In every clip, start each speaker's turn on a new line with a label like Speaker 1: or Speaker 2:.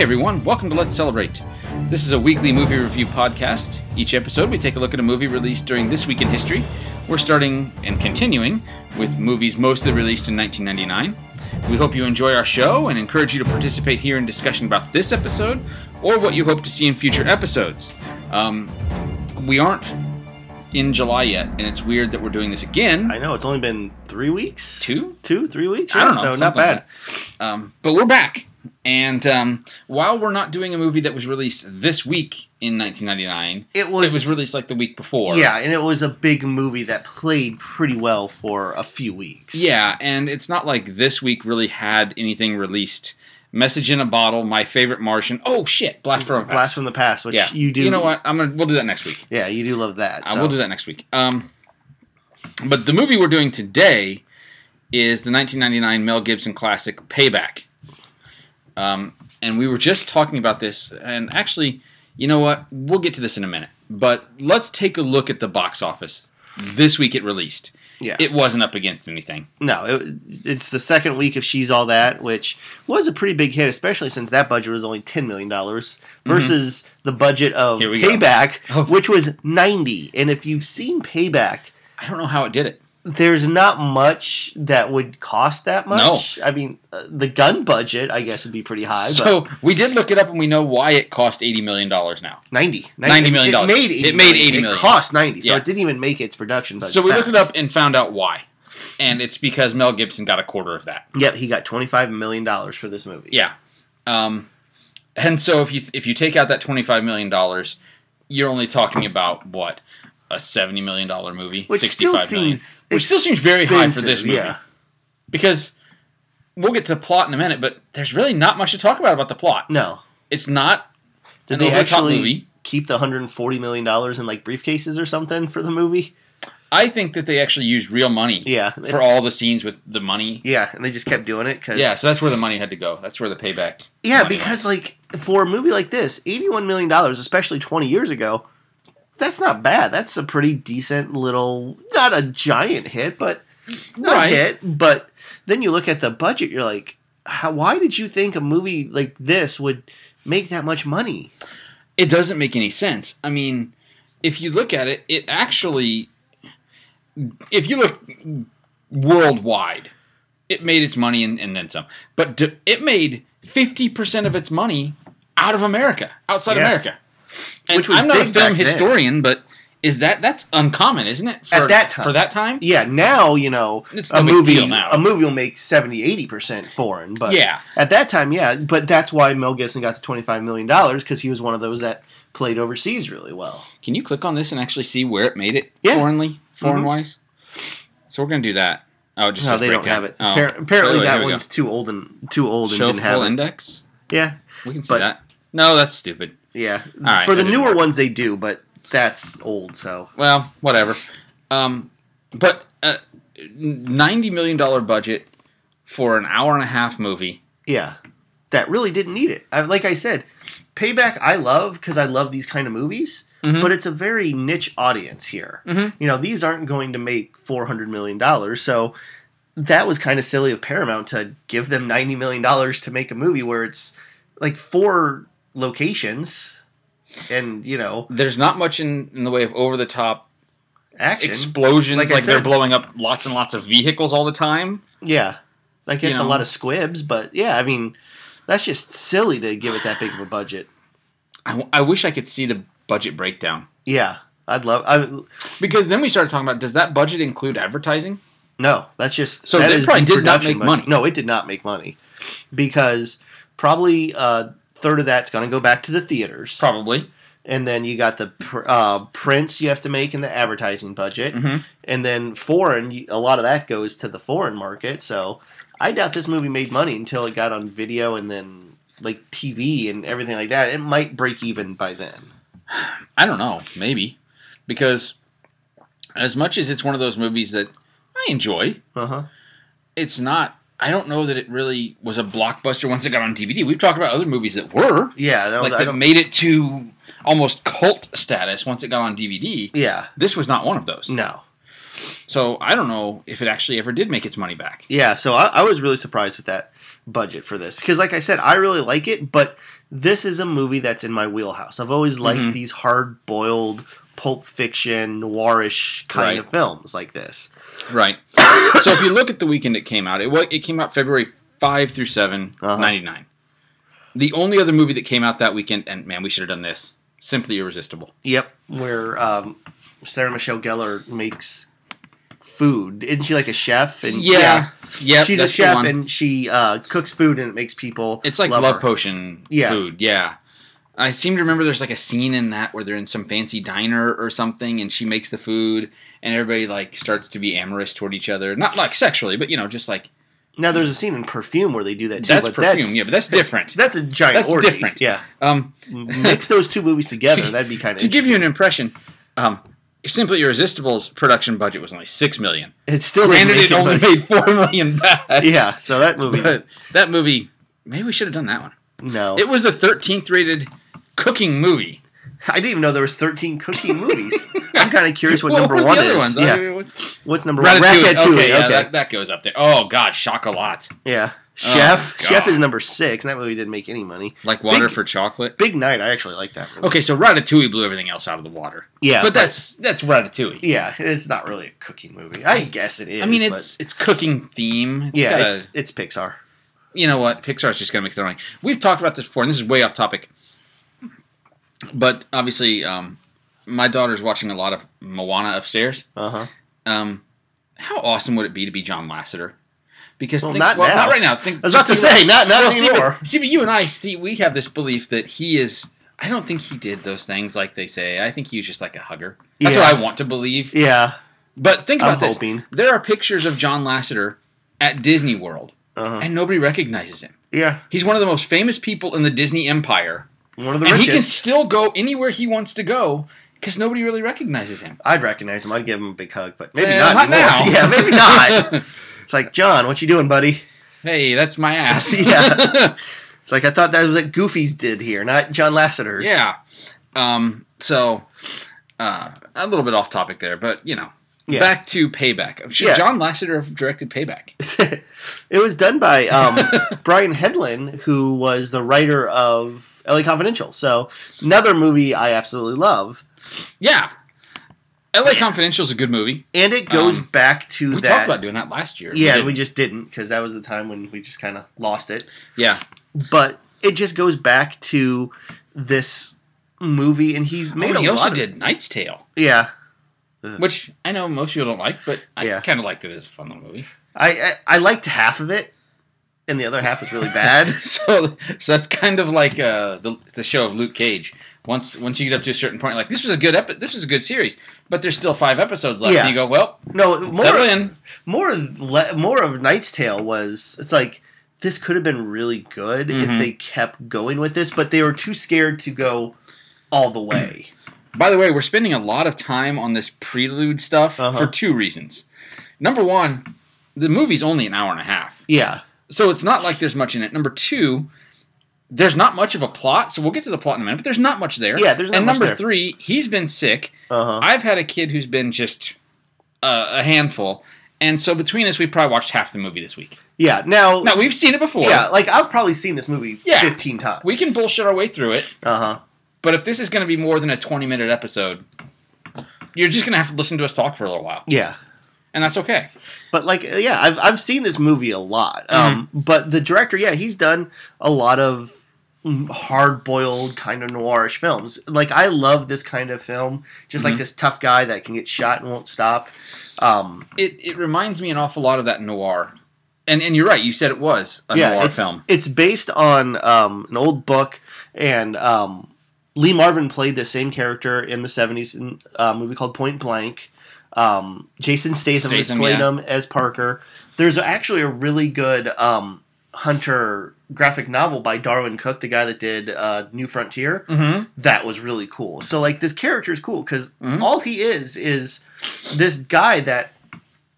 Speaker 1: everyone. Welcome to Let's Celebrate. This is a weekly movie review podcast. Each episode, we take a look at a movie released during this week in history. We're starting and continuing with movies mostly released in 1999. We hope you enjoy our show and encourage you to participate here in discussion about this episode or what you hope to see in future episodes. Um, we aren't in July yet, and it's weird that we're doing this again.
Speaker 2: I know it's only been three weeks,
Speaker 1: Two?
Speaker 2: two, three weeks.
Speaker 1: I
Speaker 2: Yeah,
Speaker 1: don't know,
Speaker 2: so not
Speaker 1: something like
Speaker 2: bad.
Speaker 1: that. Um, but we're back, and um, while we're not doing a movie that was released this week in 1999,
Speaker 2: it
Speaker 1: it
Speaker 2: was
Speaker 1: was released like the week before.
Speaker 2: yeah, and it was a big movie that played pretty well for a few weeks.
Speaker 1: yeah, and it's not like this week really had anything released. Message in a bottle, my favorite Martian. Oh shit, blast from a Past.
Speaker 2: Blast from the Past, which
Speaker 1: yeah,
Speaker 2: you do.
Speaker 1: You know what? I'm gonna we'll do that next week.
Speaker 2: Yeah, you do love that.
Speaker 1: I will do that next week. Um, but the movie we're doing today is the 1999 Mel Gibson classic Payback. Um, and we were just talking about this, and actually, you know what? We'll get to this in a minute. But let's take a look at the box office this week. It released.
Speaker 2: Yeah,
Speaker 1: It wasn't up against anything.
Speaker 2: no, it, it's the second week of She's All That, which was a pretty big hit, especially since that budget was only ten million dollars versus the budget
Speaker 1: Mm-hmm.
Speaker 2: of
Speaker 1: Here we go.
Speaker 2: Payback,
Speaker 1: Oh.
Speaker 2: which was ninety. And if you've seen Payback,
Speaker 1: I don't know how it did it.
Speaker 2: there's not much that would cost that much. I mean, uh, the gun budget, I guess, would be pretty high. but
Speaker 1: so we did look it up, and we know why it cost eighty million dollars now.
Speaker 2: 90,
Speaker 1: 90 million dollars.
Speaker 2: It made 80
Speaker 1: It made 80
Speaker 2: million.
Speaker 1: million.
Speaker 2: It cost 90, so
Speaker 1: Yeah.
Speaker 2: it didn't even make its production budget.
Speaker 1: So we
Speaker 2: back.
Speaker 1: looked it up and found out why, and it's because Mel Gibson got a quarter of that.
Speaker 2: Yep, he got $25 million for this movie.
Speaker 1: Yeah. Um, and so if you if you take out that twenty five million dollars, you're only talking about what a seventy million dollar movie,
Speaker 2: Which
Speaker 1: sixty five
Speaker 2: still
Speaker 1: million,
Speaker 2: seems
Speaker 1: which still seems very high for this
Speaker 2: expensive,
Speaker 1: movie
Speaker 2: yeah.
Speaker 1: because we'll get to the plot in a minute, but there's really not much to talk about about the plot.
Speaker 2: No.
Speaker 1: It's not
Speaker 2: Did
Speaker 1: an
Speaker 2: they
Speaker 1: over-the-top
Speaker 2: actually
Speaker 1: movie.
Speaker 2: keep the $140 million in like briefcases or something for the movie?
Speaker 1: I think that they actually used real money
Speaker 2: Yeah.
Speaker 1: for all the scenes with the money.
Speaker 2: yeah, and they just kept doing it. Cause,
Speaker 1: Yeah, so that's where the money had to go. That's where the payback.
Speaker 2: Yeah,
Speaker 1: money went.
Speaker 2: because like for a movie like this, $81 million, especially 20 years ago, that's not bad. That's a pretty decent little, not a giant hit, but not
Speaker 1: Right.
Speaker 2: a hit. But then you look at the budget, you're like, how, why did you think a movie like this would make that much money?
Speaker 1: it doesn't make any sense. I mean, if you look at it, it actually, if you look worldwide, it made its money and, and then some. But d it made 50% of its money out of America, outside
Speaker 2: Yeah.
Speaker 1: America. And
Speaker 2: Which was
Speaker 1: I'm not a
Speaker 2: big
Speaker 1: film
Speaker 2: back then.
Speaker 1: historian, but is that that's uncommon, isn't it? For,
Speaker 2: At that time.
Speaker 1: For that time?
Speaker 2: Yeah, now, you know,
Speaker 1: It's
Speaker 2: a
Speaker 1: no big
Speaker 2: movie
Speaker 1: deal now.
Speaker 2: a movie will make 70 80% foreign, but
Speaker 1: Yeah.
Speaker 2: at that time, yeah, but that's why Mel Gibson got the 25 million dollars cuz he was one of those that played overseas really well.
Speaker 1: Can you click on this and actually see where it made it
Speaker 2: Yeah. Mm-hmm.
Speaker 1: foreignly, foreign wise? So we're going to do that. Oh, it just
Speaker 2: No,
Speaker 1: says
Speaker 2: they don't
Speaker 1: breakout.
Speaker 2: have it.
Speaker 1: Oh.
Speaker 2: Appar- apparently,
Speaker 1: Here we
Speaker 2: that
Speaker 1: go.
Speaker 2: one's too old and too old and
Speaker 1: Show
Speaker 2: didn't have
Speaker 1: full
Speaker 2: it.
Speaker 1: index.
Speaker 2: Yeah,
Speaker 1: We can see
Speaker 2: But-
Speaker 1: that. No, that's stupid.
Speaker 2: yeah.
Speaker 1: right,
Speaker 2: For
Speaker 1: that
Speaker 2: the
Speaker 1: didn't
Speaker 2: newer
Speaker 1: work.
Speaker 2: ones, they do, but that's old. So
Speaker 1: Well, whatever. Um, but uh, ninety million dollar budget for an hour and a half movie.
Speaker 2: yeah, that really didn't need it. I, like I said, Payback I love because I love these kind of movies,
Speaker 1: Mhm.
Speaker 2: but it's a very niche audience here.
Speaker 1: Mhm.
Speaker 2: You know, these aren't going to make four hundred million dollars, so. That was kind of silly of Paramount to give them ninety million dollars to make a movie where it's like four locations, and you know
Speaker 1: There's not much in, in the way of over the top
Speaker 2: action.
Speaker 1: explosions, like,
Speaker 2: Like I
Speaker 1: they're
Speaker 2: said.
Speaker 1: blowing up lots and lots of vehicles all the time.
Speaker 2: Yeah. I guess
Speaker 1: know?
Speaker 2: a lot of squibs, but yeah, I mean, that's just silly to give it that big of a budget.
Speaker 1: I, w- I wish I could see the budget breakdown
Speaker 2: Yeah, I'd love. I
Speaker 1: because then we started talking about does that budget include advertising?
Speaker 2: no, that's just
Speaker 1: So
Speaker 2: that
Speaker 1: they
Speaker 2: is
Speaker 1: probably
Speaker 2: the
Speaker 1: did not
Speaker 2: production
Speaker 1: make money.
Speaker 2: No, it did not make money because probably a third of that's going to go back to the theaters,
Speaker 1: Probably.
Speaker 2: and then you got the pr- uh, prints you have to make in the advertising budget,
Speaker 1: Mhm.
Speaker 2: and then foreign. you- A lot of that goes to the foreign market. So I doubt this movie made money until it got on video and then like TV and everything like that. It might break even by then.
Speaker 1: I don't know, maybe because as much as it's one of those movies that I enjoy,
Speaker 2: Uh huh.
Speaker 1: it's not I don't know that it really was a blockbuster once it got on DVD. We've talked about other movies that were
Speaker 2: Yeah. That was,
Speaker 1: like
Speaker 2: I
Speaker 1: that
Speaker 2: don't,
Speaker 1: made it to almost cult status once it got on DVD.
Speaker 2: yeah.
Speaker 1: This was not one of those.
Speaker 2: No.
Speaker 1: So I don't know if it actually ever did make its money back.
Speaker 2: Yeah, so I, I was really surprised with that budget for this because, like I said, I really like it, but this is a movie that's in my wheelhouse. I've always liked
Speaker 1: Mhm.
Speaker 2: these hard boiled, pulp fiction, noirish kind
Speaker 1: Right.
Speaker 2: of films like this.
Speaker 1: Right. so if you look at the weekend it came out, it wa- it came out February 5 through 7,
Speaker 2: Uh-huh.
Speaker 1: 99. The only other movie that came out that weekend, and man, we should have done this. Simply Irresistible.
Speaker 2: Yep, where um, Sarah Michelle Gellar makes food. Isn't she like a chef? And
Speaker 1: yeah. Yeah.
Speaker 2: she's a
Speaker 1: that's the
Speaker 2: chef
Speaker 1: one.
Speaker 2: and she uh, cooks food and it makes people.
Speaker 1: It's like
Speaker 2: love
Speaker 1: love,
Speaker 2: her.
Speaker 1: potion
Speaker 2: Yeah.
Speaker 1: food. Yeah. I seem to remember there's like a scene in that where they're in some fancy diner or something and she makes the food and everybody like starts to be amorous toward each other. Not like sexually, but you know, just like
Speaker 2: Now there's a scene in Perfume where they do that too.
Speaker 1: that's
Speaker 2: but
Speaker 1: perfume.
Speaker 2: That's,
Speaker 1: yeah, but that's different.
Speaker 2: that's a giant
Speaker 1: That's
Speaker 2: orgy.
Speaker 1: different.
Speaker 2: Yeah,
Speaker 1: Um,
Speaker 2: mix those two movies together. That'd be kind of
Speaker 1: to give you an impression, um, Simply Irresistible's production budget was only six million.
Speaker 2: It still didn't
Speaker 1: Granted,
Speaker 2: make
Speaker 1: it only
Speaker 2: anybody-
Speaker 1: made four million back.
Speaker 2: yeah. So that movie,
Speaker 1: But that movie, maybe we should have done that one.
Speaker 2: no,
Speaker 1: It was the thirteenth rated cooking movie.
Speaker 2: I didn't even know there was thirteen cookie movies. I'm kind of curious what, number
Speaker 1: were the
Speaker 2: one
Speaker 1: other
Speaker 2: is.
Speaker 1: ones? I
Speaker 2: Yeah,
Speaker 1: mean, what's-
Speaker 2: what's number one?
Speaker 1: Ratatouille.
Speaker 2: Ratatouille.
Speaker 1: Okay,
Speaker 2: Okay,
Speaker 1: yeah, that, that goes up there. Oh God, chocolat,
Speaker 2: yeah. Chef,
Speaker 1: God.
Speaker 2: Chef is number six, and that movie didn't make any money.
Speaker 1: like water
Speaker 2: Big-
Speaker 1: for chocolate.
Speaker 2: Big Night, I actually like that. Movie.
Speaker 1: Okay, so Ratatouille blew everything else out of the water,
Speaker 2: yeah,
Speaker 1: but that's that's Ratatouille.
Speaker 2: yeah, it's not really a cooking movie. I guess it is.
Speaker 1: I mean,
Speaker 2: but-
Speaker 1: it's it's cooking theme. It's
Speaker 2: yeah,
Speaker 1: got a-
Speaker 2: it's it's Pixar.
Speaker 1: you know what? Pixar's just gonna make their own. We've talked about this before, and this is way off topic. But obviously, um, my daughter's watching a lot of Moana upstairs.
Speaker 2: Uh huh.
Speaker 1: Um, how awesome would it be to be John Lasseter? Because
Speaker 2: Well,
Speaker 1: think-
Speaker 2: not now.
Speaker 1: not right now. Think,
Speaker 2: I was about to
Speaker 1: just think-
Speaker 2: say, not not
Speaker 1: well, see,
Speaker 2: anymore.
Speaker 1: but, see, but you and I, see, we have this belief that he is. I don't think he did those things like they say. I think he was just like a hugger. That's
Speaker 2: Yeah.
Speaker 1: what I want to believe.
Speaker 2: Yeah,
Speaker 1: But think
Speaker 2: I'm
Speaker 1: about this.
Speaker 2: hoping.
Speaker 1: There are pictures of John Lasseter at Disney World,
Speaker 2: Uh-huh.
Speaker 1: and nobody recognizes him.
Speaker 2: yeah.
Speaker 1: He's one of the most famous people in the Disney empire,
Speaker 2: One of the
Speaker 1: and
Speaker 2: richest.
Speaker 1: he can still go anywhere he wants to go because nobody really recognizes him.
Speaker 2: I'd recognize him. I'd give him a big hug, but maybe
Speaker 1: Eh,
Speaker 2: not,
Speaker 1: not
Speaker 2: anymore.
Speaker 1: now.
Speaker 2: Yeah, maybe not. it's like John, what you doing, buddy?
Speaker 1: Hey, that's my ass.
Speaker 2: Yeah. It's like I thought that was what Goofy's did here, not John Lasseter's.
Speaker 1: yeah. Um, so, uh, a little bit off topic there, but you know,
Speaker 2: Yeah.
Speaker 1: back to Payback. Should
Speaker 2: Yeah.
Speaker 1: John Lasseter have directed Payback?
Speaker 2: it was done by um, Brian Hedlund, who was the writer of LA Confidential. So another movie I absolutely love,
Speaker 1: Yeah. L.A. Confidential is a good movie.
Speaker 2: and it goes
Speaker 1: Um,
Speaker 2: back to
Speaker 1: We
Speaker 2: that.
Speaker 1: talked about doing that last year.
Speaker 2: yeah,
Speaker 1: didn't.
Speaker 2: and we just didn't because that was the time when we just kind of lost it.
Speaker 1: yeah.
Speaker 2: But it just goes back to this movie, and he's made
Speaker 1: Oh,
Speaker 2: a
Speaker 1: he
Speaker 2: lot
Speaker 1: also
Speaker 2: of-
Speaker 1: did Knight's Tale,
Speaker 2: Yeah,
Speaker 1: which I know most people don't like, but I
Speaker 2: Yeah.
Speaker 1: kind of liked it as a fun little movie.
Speaker 2: I, I I liked half of it, and the other half was really bad.
Speaker 1: So, so that's kind of like uh, the the show of Luke Cage. Once once you get up to a certain point, you're like this was a good epi- this was a good series, but there's still five episodes left.
Speaker 2: Yeah.
Speaker 1: And you go, well,
Speaker 2: No,
Speaker 1: settle
Speaker 2: more
Speaker 1: in.
Speaker 2: more of le- more of Knight's Tale was it's like this could have been really good if
Speaker 1: Mhm.
Speaker 2: they kept going with this, but they were too scared to go all the way.
Speaker 1: By the way, we're spending a lot of time on this prelude stuff
Speaker 2: Uh-huh.
Speaker 1: for two reasons. Number one, the movie's only an hour and a half,
Speaker 2: yeah,
Speaker 1: so it's not like there's much in it. Number two. There's not much of a plot, so we'll get to the plot in a minute. But there's not much there.
Speaker 2: Yeah, there's not
Speaker 1: and
Speaker 2: much
Speaker 1: number
Speaker 2: there.
Speaker 1: three, he's been sick,
Speaker 2: uh huh,
Speaker 1: I've had a kid who's been just uh, a handful, and so between us, we probably watched half the movie this week.
Speaker 2: yeah. Now,
Speaker 1: Now we've seen it before.
Speaker 2: yeah, like I've probably seen this movie
Speaker 1: Yeah.
Speaker 2: fifteen times.
Speaker 1: we can bullshit our way through it,
Speaker 2: uh huh.
Speaker 1: but if this is going to be more than a twenty-minute episode, you're just going to have to listen to us talk for a little while,
Speaker 2: Yeah,
Speaker 1: and that's okay.
Speaker 2: but like yeah, I've I've seen this movie a lot. Um, but the director, yeah, he's done a lot of hard boiled kind of noirish films. Like I love this kind of film, just like
Speaker 1: Mhm.
Speaker 2: this tough guy that can get shot and won't stop. Um,
Speaker 1: It it reminds me an awful lot of that noir, and and you're right. You said it was a
Speaker 2: yeah,
Speaker 1: noir
Speaker 2: it's,
Speaker 1: film.
Speaker 2: it's based on um, an old book, and um, Lee Marvin played the same character in the '70s in a movie called Point Blank. Um, Jason Statham, has
Speaker 1: Statham,
Speaker 2: played
Speaker 1: yeah.
Speaker 2: him as Parker. There's actually a really good um, Hunter graphic novel by Darwin Cook, the guy that did uh, New Frontier.
Speaker 1: Mm-hmm.
Speaker 2: That was really cool. So like this character is cool because
Speaker 1: Mhm.
Speaker 2: all he is is this guy that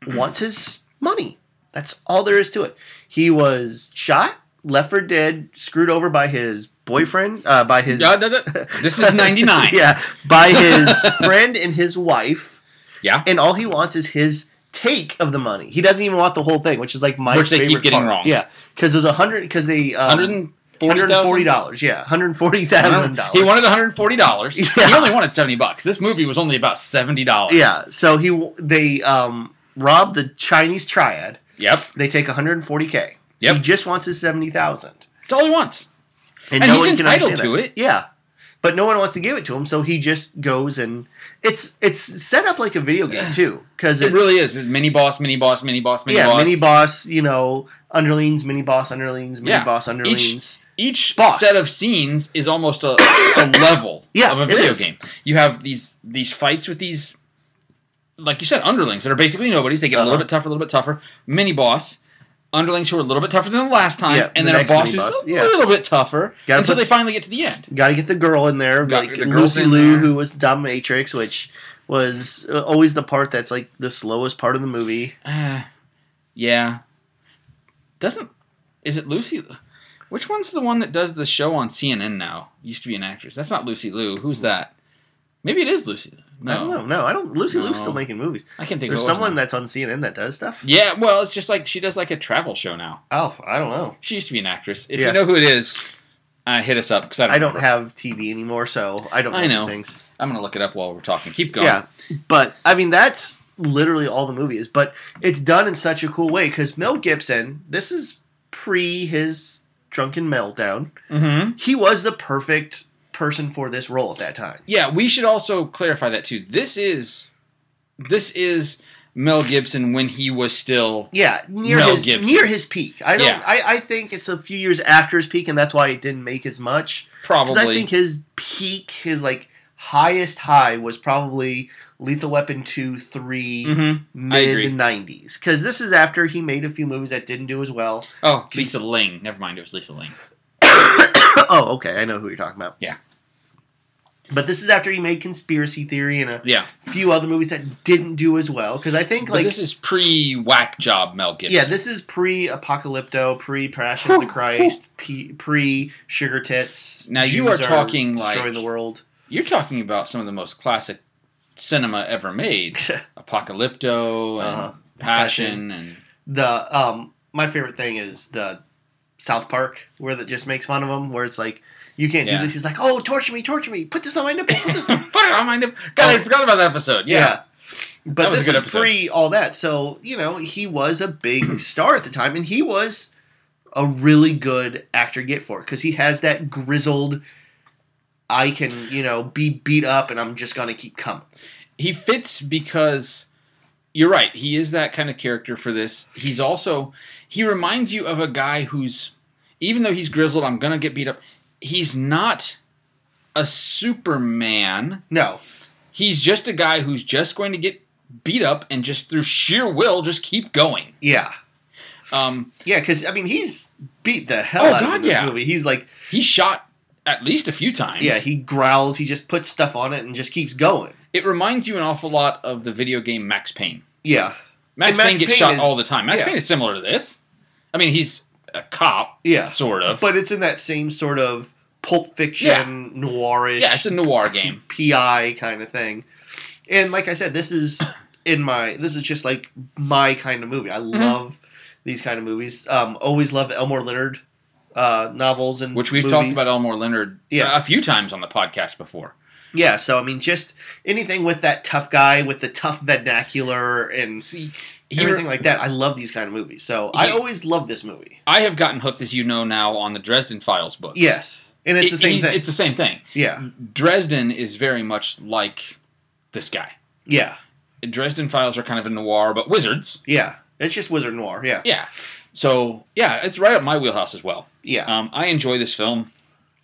Speaker 2: wants his money. That's all there is to it. He was shot, left for dead, screwed over by his boyfriend, uh, by his
Speaker 1: This is '99.
Speaker 2: yeah, by his friend and his wife.
Speaker 1: Yeah.
Speaker 2: and all he wants is his take of the money. He doesn't even want the whole thing, which is like my
Speaker 1: Which they keep
Speaker 2: favorite
Speaker 1: getting
Speaker 2: part.
Speaker 1: wrong.
Speaker 2: Yeah, because it was a hundred. Because they um,
Speaker 1: $140?
Speaker 2: dollars. Yeah, hundred forty thousand dollars.
Speaker 1: He wanted $140. He
Speaker 2: Yeah.
Speaker 1: only wanted 70 bucks. This movie was only about $70.
Speaker 2: Yeah, so he w- they um rob the Chinese triad.
Speaker 1: Yep.
Speaker 2: They take 140k.
Speaker 1: Yep.
Speaker 2: He just wants his 70,000.
Speaker 1: It's all he wants. And he's entitled
Speaker 2: understand
Speaker 1: to
Speaker 2: that.
Speaker 1: it.
Speaker 2: Yeah. But no one wants to give it to him, so he just goes and it's it's set up like a video game too, because
Speaker 1: It really is. It's Mini boss, mini boss, mini boss, mini
Speaker 2: yeah,
Speaker 1: boss.
Speaker 2: mini boss, you know, underlings, mini boss, underlings, mini
Speaker 1: Yeah.
Speaker 2: boss, underlings.
Speaker 1: Each
Speaker 2: Boss.
Speaker 1: set of scenes is almost a, a level
Speaker 2: Yeah,
Speaker 1: of a
Speaker 2: it
Speaker 1: video
Speaker 2: is.
Speaker 1: game. You have these these fights with these, like you said, underlings that are basically nobodies. They get a little
Speaker 2: Uh-huh.
Speaker 1: bit tougher, a little bit tougher. Mini boss. Underlings who are a little bit tougher than the last time,
Speaker 2: Yeah,
Speaker 1: and
Speaker 2: the
Speaker 1: then a
Speaker 2: next
Speaker 1: boss who's
Speaker 2: mini boss,
Speaker 1: a
Speaker 2: yeah.
Speaker 1: little bit tougher
Speaker 2: Gotta
Speaker 1: until
Speaker 2: put-
Speaker 1: they finally get to the end.
Speaker 2: Got to get the girl in there,
Speaker 1: Got-
Speaker 2: like
Speaker 1: the girl's
Speaker 2: Lucy
Speaker 1: in
Speaker 2: Liu,
Speaker 1: there.
Speaker 2: who was dominatrix, which was uh, always the part that's like the slowest part of the movie.
Speaker 1: Uh, yeah. Doesn't is it Lucy? Which one's the one that does the show on CNN now? Used to be an actress. That's not Lucy Liu. Who's that? Maybe it is Lucy. Liu. No,
Speaker 2: I don't know. No, I don't. Lucy Liu's
Speaker 1: No.
Speaker 2: still making movies.
Speaker 1: I can't think
Speaker 2: There's
Speaker 1: of it was
Speaker 2: someone
Speaker 1: now.
Speaker 2: that's on CNN that does stuff.
Speaker 1: Yeah, well, it's just like she does like a travel show now.
Speaker 2: Oh, I don't know.
Speaker 1: She used to be an actress. If
Speaker 2: Yeah.
Speaker 1: you know who it is, uh, hit us up because I don't.
Speaker 2: I don't
Speaker 1: remember.
Speaker 2: have TV anymore, so I don't know,
Speaker 1: I know.
Speaker 2: these things.
Speaker 1: I'm gonna look it up while we're talking. Keep going.
Speaker 2: Yeah, but I mean that's literally all the movie is. But it's done in such a cool way because Mel Gibson. This is pre his drunken meltdown.
Speaker 1: Mm-hmm.
Speaker 2: He was the perfect person for this role at that time.
Speaker 1: Yeah, we should also clarify that too. This is, this is Mel Gibson when he was still
Speaker 2: Yeah, near
Speaker 1: Mel
Speaker 2: his
Speaker 1: Gibson.
Speaker 2: near his peak. I don't.
Speaker 1: Yeah.
Speaker 2: I, I think it's a few years after his peak, and that's why it didn't make as much.
Speaker 1: probably.
Speaker 2: Because I think his peak, his like highest high, was probably Lethal Weapon two, three,
Speaker 1: hmm I agree.
Speaker 2: mid nineties. Because this is after he made a few movies that didn't do as well.
Speaker 1: Oh, Lisa Ling. Never mind, it was Lisa Ling.
Speaker 2: oh, okay, I know who you're talking about.
Speaker 1: Yeah.
Speaker 2: But this is after he made Conspiracy Theory and a
Speaker 1: Yeah,
Speaker 2: few other movies that didn't do as well. Because I think
Speaker 1: but
Speaker 2: like
Speaker 1: this is pre whack job Mel Gibson.
Speaker 2: yeah, this is pre Apocalypto, pre Passion of the Christ, pre Sugar Tits.
Speaker 1: Now you are talking, like-
Speaker 2: destroying the world.
Speaker 1: you're talking about some of the most classic cinema ever made: Apocalypto and
Speaker 2: Uh-huh.
Speaker 1: Passion, and
Speaker 2: the um my favorite thing is the South Park where that just makes fun of him where it's like you can't
Speaker 1: Yeah.
Speaker 2: do this he's like oh torture me torture me put this on my nipple put this on
Speaker 1: put it on my nip. God, I forgot about that episode. Oh. Yeah,
Speaker 2: yeah. But
Speaker 1: That was
Speaker 2: this
Speaker 1: a good
Speaker 2: is
Speaker 1: episode.
Speaker 2: pre all that. So, you know, he was a big star at the time and he was a really good actor get for it cuz he has that grizzled I can, you know, be beat up and I'm just going to keep coming.
Speaker 1: he fits because you're right. He is that kind of character for this. He's also he reminds you of a guy who's even though he's grizzled, I'm gonna get beat up. He's not a Superman.
Speaker 2: No.
Speaker 1: He's just a guy who's just going to get beat up and just through sheer will just keep going.
Speaker 2: Yeah.
Speaker 1: Um,
Speaker 2: Yeah, cuz I mean, he's beat the hell
Speaker 1: Oh,
Speaker 2: out of him
Speaker 1: God,
Speaker 2: in this
Speaker 1: yeah.
Speaker 2: movie. He's like
Speaker 1: he shot at least a few times.
Speaker 2: Yeah, he growls. He just puts stuff on it and just keeps going.
Speaker 1: it reminds you an awful lot of the video game Max Payne.
Speaker 2: Yeah,
Speaker 1: Max,
Speaker 2: And Max
Speaker 1: Payne gets
Speaker 2: Payne
Speaker 1: shot
Speaker 2: is-
Speaker 1: all the time. Max
Speaker 2: yeah.
Speaker 1: Payne is similar to this. I mean, he's a cop,
Speaker 2: yeah.
Speaker 1: sort of.
Speaker 2: But it's in that same sort of Pulp Fiction noirish,
Speaker 1: yeah, it's a noir game.
Speaker 2: PI kind of thing. And like I said, this is in my. This is just like my kind of movie. I
Speaker 1: Mm-hmm.
Speaker 2: love these kind of movies. Um, always love Elmore Leonard uh, novels and
Speaker 1: Which we've
Speaker 2: movies.
Speaker 1: talked about Elmore Leonard
Speaker 2: Yeah.
Speaker 1: a few times on the podcast before.
Speaker 2: Yeah, so I mean, just anything with that tough guy with the tough vernacular and
Speaker 1: See,
Speaker 2: everything like that. I love these kind of movies. So I
Speaker 1: He-
Speaker 2: always love this movie.
Speaker 1: I have gotten hooked, as you know now, on the Dresden Files book.
Speaker 2: Yes, and it's the same thing.
Speaker 1: It's Mm-hmm. the same thing.
Speaker 2: Yeah,
Speaker 1: Dresden is very much like this guy.
Speaker 2: yeah,
Speaker 1: Dresden Files are kind of a noir, but wizards.
Speaker 2: yeah. It's just wizard noir. Yeah,
Speaker 1: Yeah. So yeah, it's right up my wheelhouse as well.
Speaker 2: yeah.
Speaker 1: Um, I enjoy this film.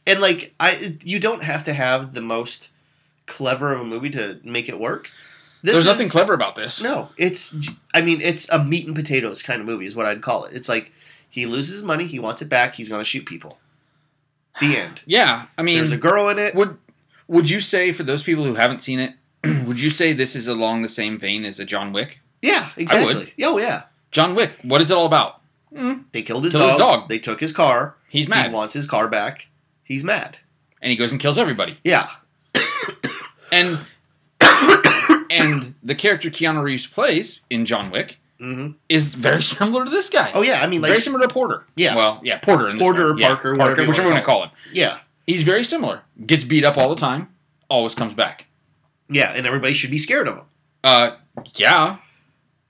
Speaker 2: And like, I you don't have to have the most clever of a movie to make it work. This
Speaker 1: There's
Speaker 2: is-
Speaker 1: nothing clever about this.
Speaker 2: No, it's. I mean, it's a meat and potatoes kind of movie is what I'd call it. It's like he loses money, he wants it back, he's gonna shoot people. The end.
Speaker 1: Yeah, I mean,
Speaker 2: There's a girl in it.
Speaker 1: would would you say for those people who haven't seen it, would you say this is along the same vein as a John Wick?
Speaker 2: Yeah, exactly. Oh yeah.
Speaker 1: John Wick, what is it all about?
Speaker 2: They killed his,
Speaker 1: Killed
Speaker 2: dog.
Speaker 1: his dog.
Speaker 2: They took his car.
Speaker 1: He's mad,
Speaker 2: He wants his car back. He's mad.
Speaker 1: and he goes and kills everybody.
Speaker 2: Yeah.
Speaker 1: And and the character Keanu Reeves plays in John Wick
Speaker 2: hmm
Speaker 1: is very similar to this guy.
Speaker 2: Oh yeah, I mean like
Speaker 1: very similar to Porter.
Speaker 2: Yeah.
Speaker 1: Well, yeah, Porter. In this
Speaker 2: Porter
Speaker 1: one.
Speaker 2: or
Speaker 1: Yeah,
Speaker 2: Parker, whatever you
Speaker 1: whichever
Speaker 2: wanna
Speaker 1: one I call him.
Speaker 2: yeah,
Speaker 1: He's very similar. Gets beat up all the time. Always comes back.
Speaker 2: yeah, and everybody should be scared of him.
Speaker 1: Uh, yeah.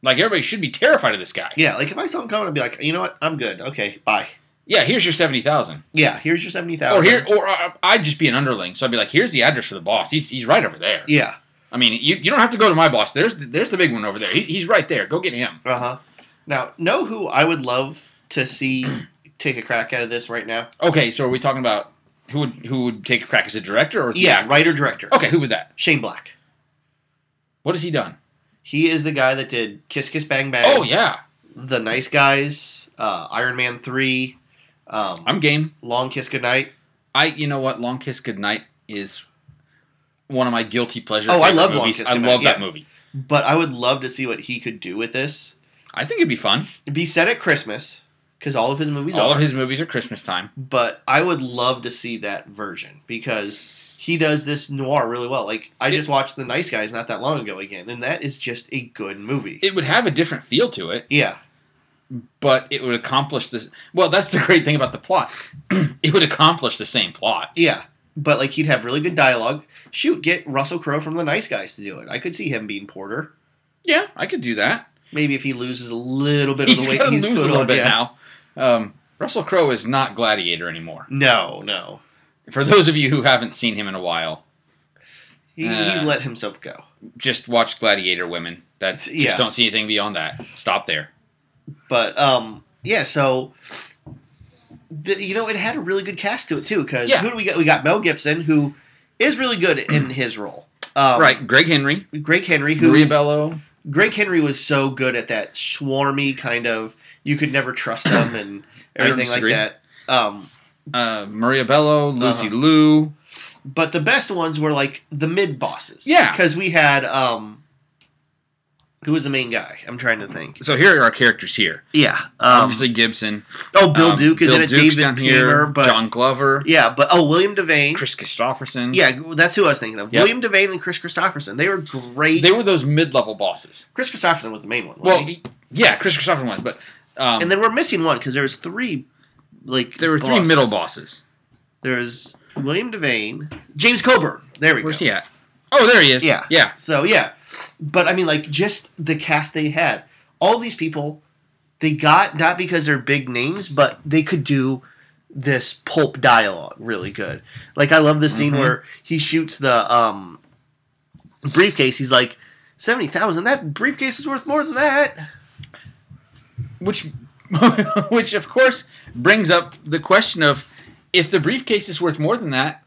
Speaker 1: Like everybody should be terrified of this guy.
Speaker 2: Yeah, like if I saw him coming, I'd be like, you know what, I'm good. Okay, bye.
Speaker 1: Yeah. Here's your seventy thousand.
Speaker 2: Yeah, here's your seventy thousand.
Speaker 1: Or here, or uh, I'd just be an underling. So I'd be like, here's the address for the boss. He's he's right over there.
Speaker 2: Yeah.
Speaker 1: I mean, you, you don't have to go to my boss. There's the, there's the big one over there. He, he's right there. Go get him.
Speaker 2: Uh huh. Now, know who I would love to see take a crack out of this right now?
Speaker 1: Okay. So are we talking about who would who would take a crack as a director or
Speaker 2: Yeah, writer director
Speaker 1: Okay. Who was that?
Speaker 2: Shane Black.
Speaker 1: What has he done?
Speaker 2: He is the guy that did Kiss Kiss Bang Bang.
Speaker 1: Oh yeah,
Speaker 2: The Nice Guys, uh, Iron Man Three, um,
Speaker 1: I'm game.
Speaker 2: Long Kiss Goodnight.
Speaker 1: I you know what? Long Kiss Goodnight is one of my guilty pleasure.
Speaker 2: Oh, I
Speaker 1: favorite
Speaker 2: love Long
Speaker 1: movies.
Speaker 2: Kiss
Speaker 1: I
Speaker 2: Goodnight,
Speaker 1: love that
Speaker 2: yeah.
Speaker 1: movie.
Speaker 2: But I would love to see what he could do with this.
Speaker 1: I think it'd be fun.
Speaker 2: It'd be set at Christmas because all of his movies
Speaker 1: All
Speaker 2: are.
Speaker 1: of his movies are Christmas time.
Speaker 2: but I would love to see that version because he does this noir really well. Like I just watched The Nice Guys not that long ago again, and that is just a good movie.
Speaker 1: It would have a different feel to it,
Speaker 2: yeah,
Speaker 1: but it would accomplish this. Well, that's the great thing about the plot. it would accomplish the same plot.
Speaker 2: yeah. But like he'd have really good dialogue. Shoot, get Russell Crowe from The Nice Guys to do it. I could see him being Porter.
Speaker 1: Yeah, I could do that.
Speaker 2: Maybe if he loses a little bit of
Speaker 1: He's
Speaker 2: the weight
Speaker 1: got to
Speaker 2: he's
Speaker 1: lose a
Speaker 2: put
Speaker 1: little
Speaker 2: on,
Speaker 1: bit
Speaker 2: yeah.
Speaker 1: now. Um, Russell Crowe is not Gladiator anymore.
Speaker 2: No, no.
Speaker 1: For those of you who haven't seen him in a while,
Speaker 2: He,
Speaker 1: Uh.
Speaker 2: he's let himself go.
Speaker 1: just watch Gladiator Women. That's just
Speaker 2: Yeah.
Speaker 1: don't see anything beyond that. Stop there.
Speaker 2: But um, yeah. So th- you know, it had a really good cast to it too. Because
Speaker 1: Yeah.
Speaker 2: who do we got? We got Mel Gibson, who is really good in his role. Um,
Speaker 1: right, Greg Henry,
Speaker 2: Greg Henry, who
Speaker 1: Maria Bello.
Speaker 2: Greg Henry was so good at that swarmy kind of you could never trust him and
Speaker 1: I don't
Speaker 2: everything like
Speaker 1: disagree.
Speaker 2: that. Um,
Speaker 1: uh, Maria Bello, Lucy
Speaker 2: Uh-huh.
Speaker 1: Liu.
Speaker 2: but the best ones were like the mid bosses.
Speaker 1: Yeah.
Speaker 2: because we had um, who was the main guy? I'm trying to think.
Speaker 1: So here are our characters here.
Speaker 2: Yeah, um,
Speaker 1: Obviously Gibson.
Speaker 2: Oh, Bill
Speaker 1: Um,
Speaker 2: Duke is in it.
Speaker 1: Duke's
Speaker 2: David Painter, but
Speaker 1: John Glover.
Speaker 2: yeah, but oh, William Devane.
Speaker 1: Chris Christopherson.
Speaker 2: Yeah, that's who I was thinking of.
Speaker 1: Mm-hmm. Yep.
Speaker 2: William Devane and Chris Christopherson. They were great.
Speaker 1: They were those mid-level bosses.
Speaker 2: Chris Christopherson was the main one.
Speaker 1: Well,
Speaker 2: Well,
Speaker 1: yeah, Chris Christopherson was, but um,
Speaker 2: and then we're missing one because there was three. Like
Speaker 1: there were three
Speaker 2: bosses.
Speaker 1: middle bosses.
Speaker 2: There was William Devane, James Coburn. There we
Speaker 1: Where's
Speaker 2: go.
Speaker 1: he at? Oh, there he is.
Speaker 2: Yeah.
Speaker 1: yeah.
Speaker 2: So yeah, but I mean, like just the cast they had. All these people, they got not because they're big names, but they could do this pulp dialogue really good. Like I love the scene
Speaker 1: Mhm.
Speaker 2: where he shoots the um, briefcase. He's like. Seventy thousand. That briefcase is worth more than that.
Speaker 1: Which, which of course brings up the question of if the briefcase is worth more than that,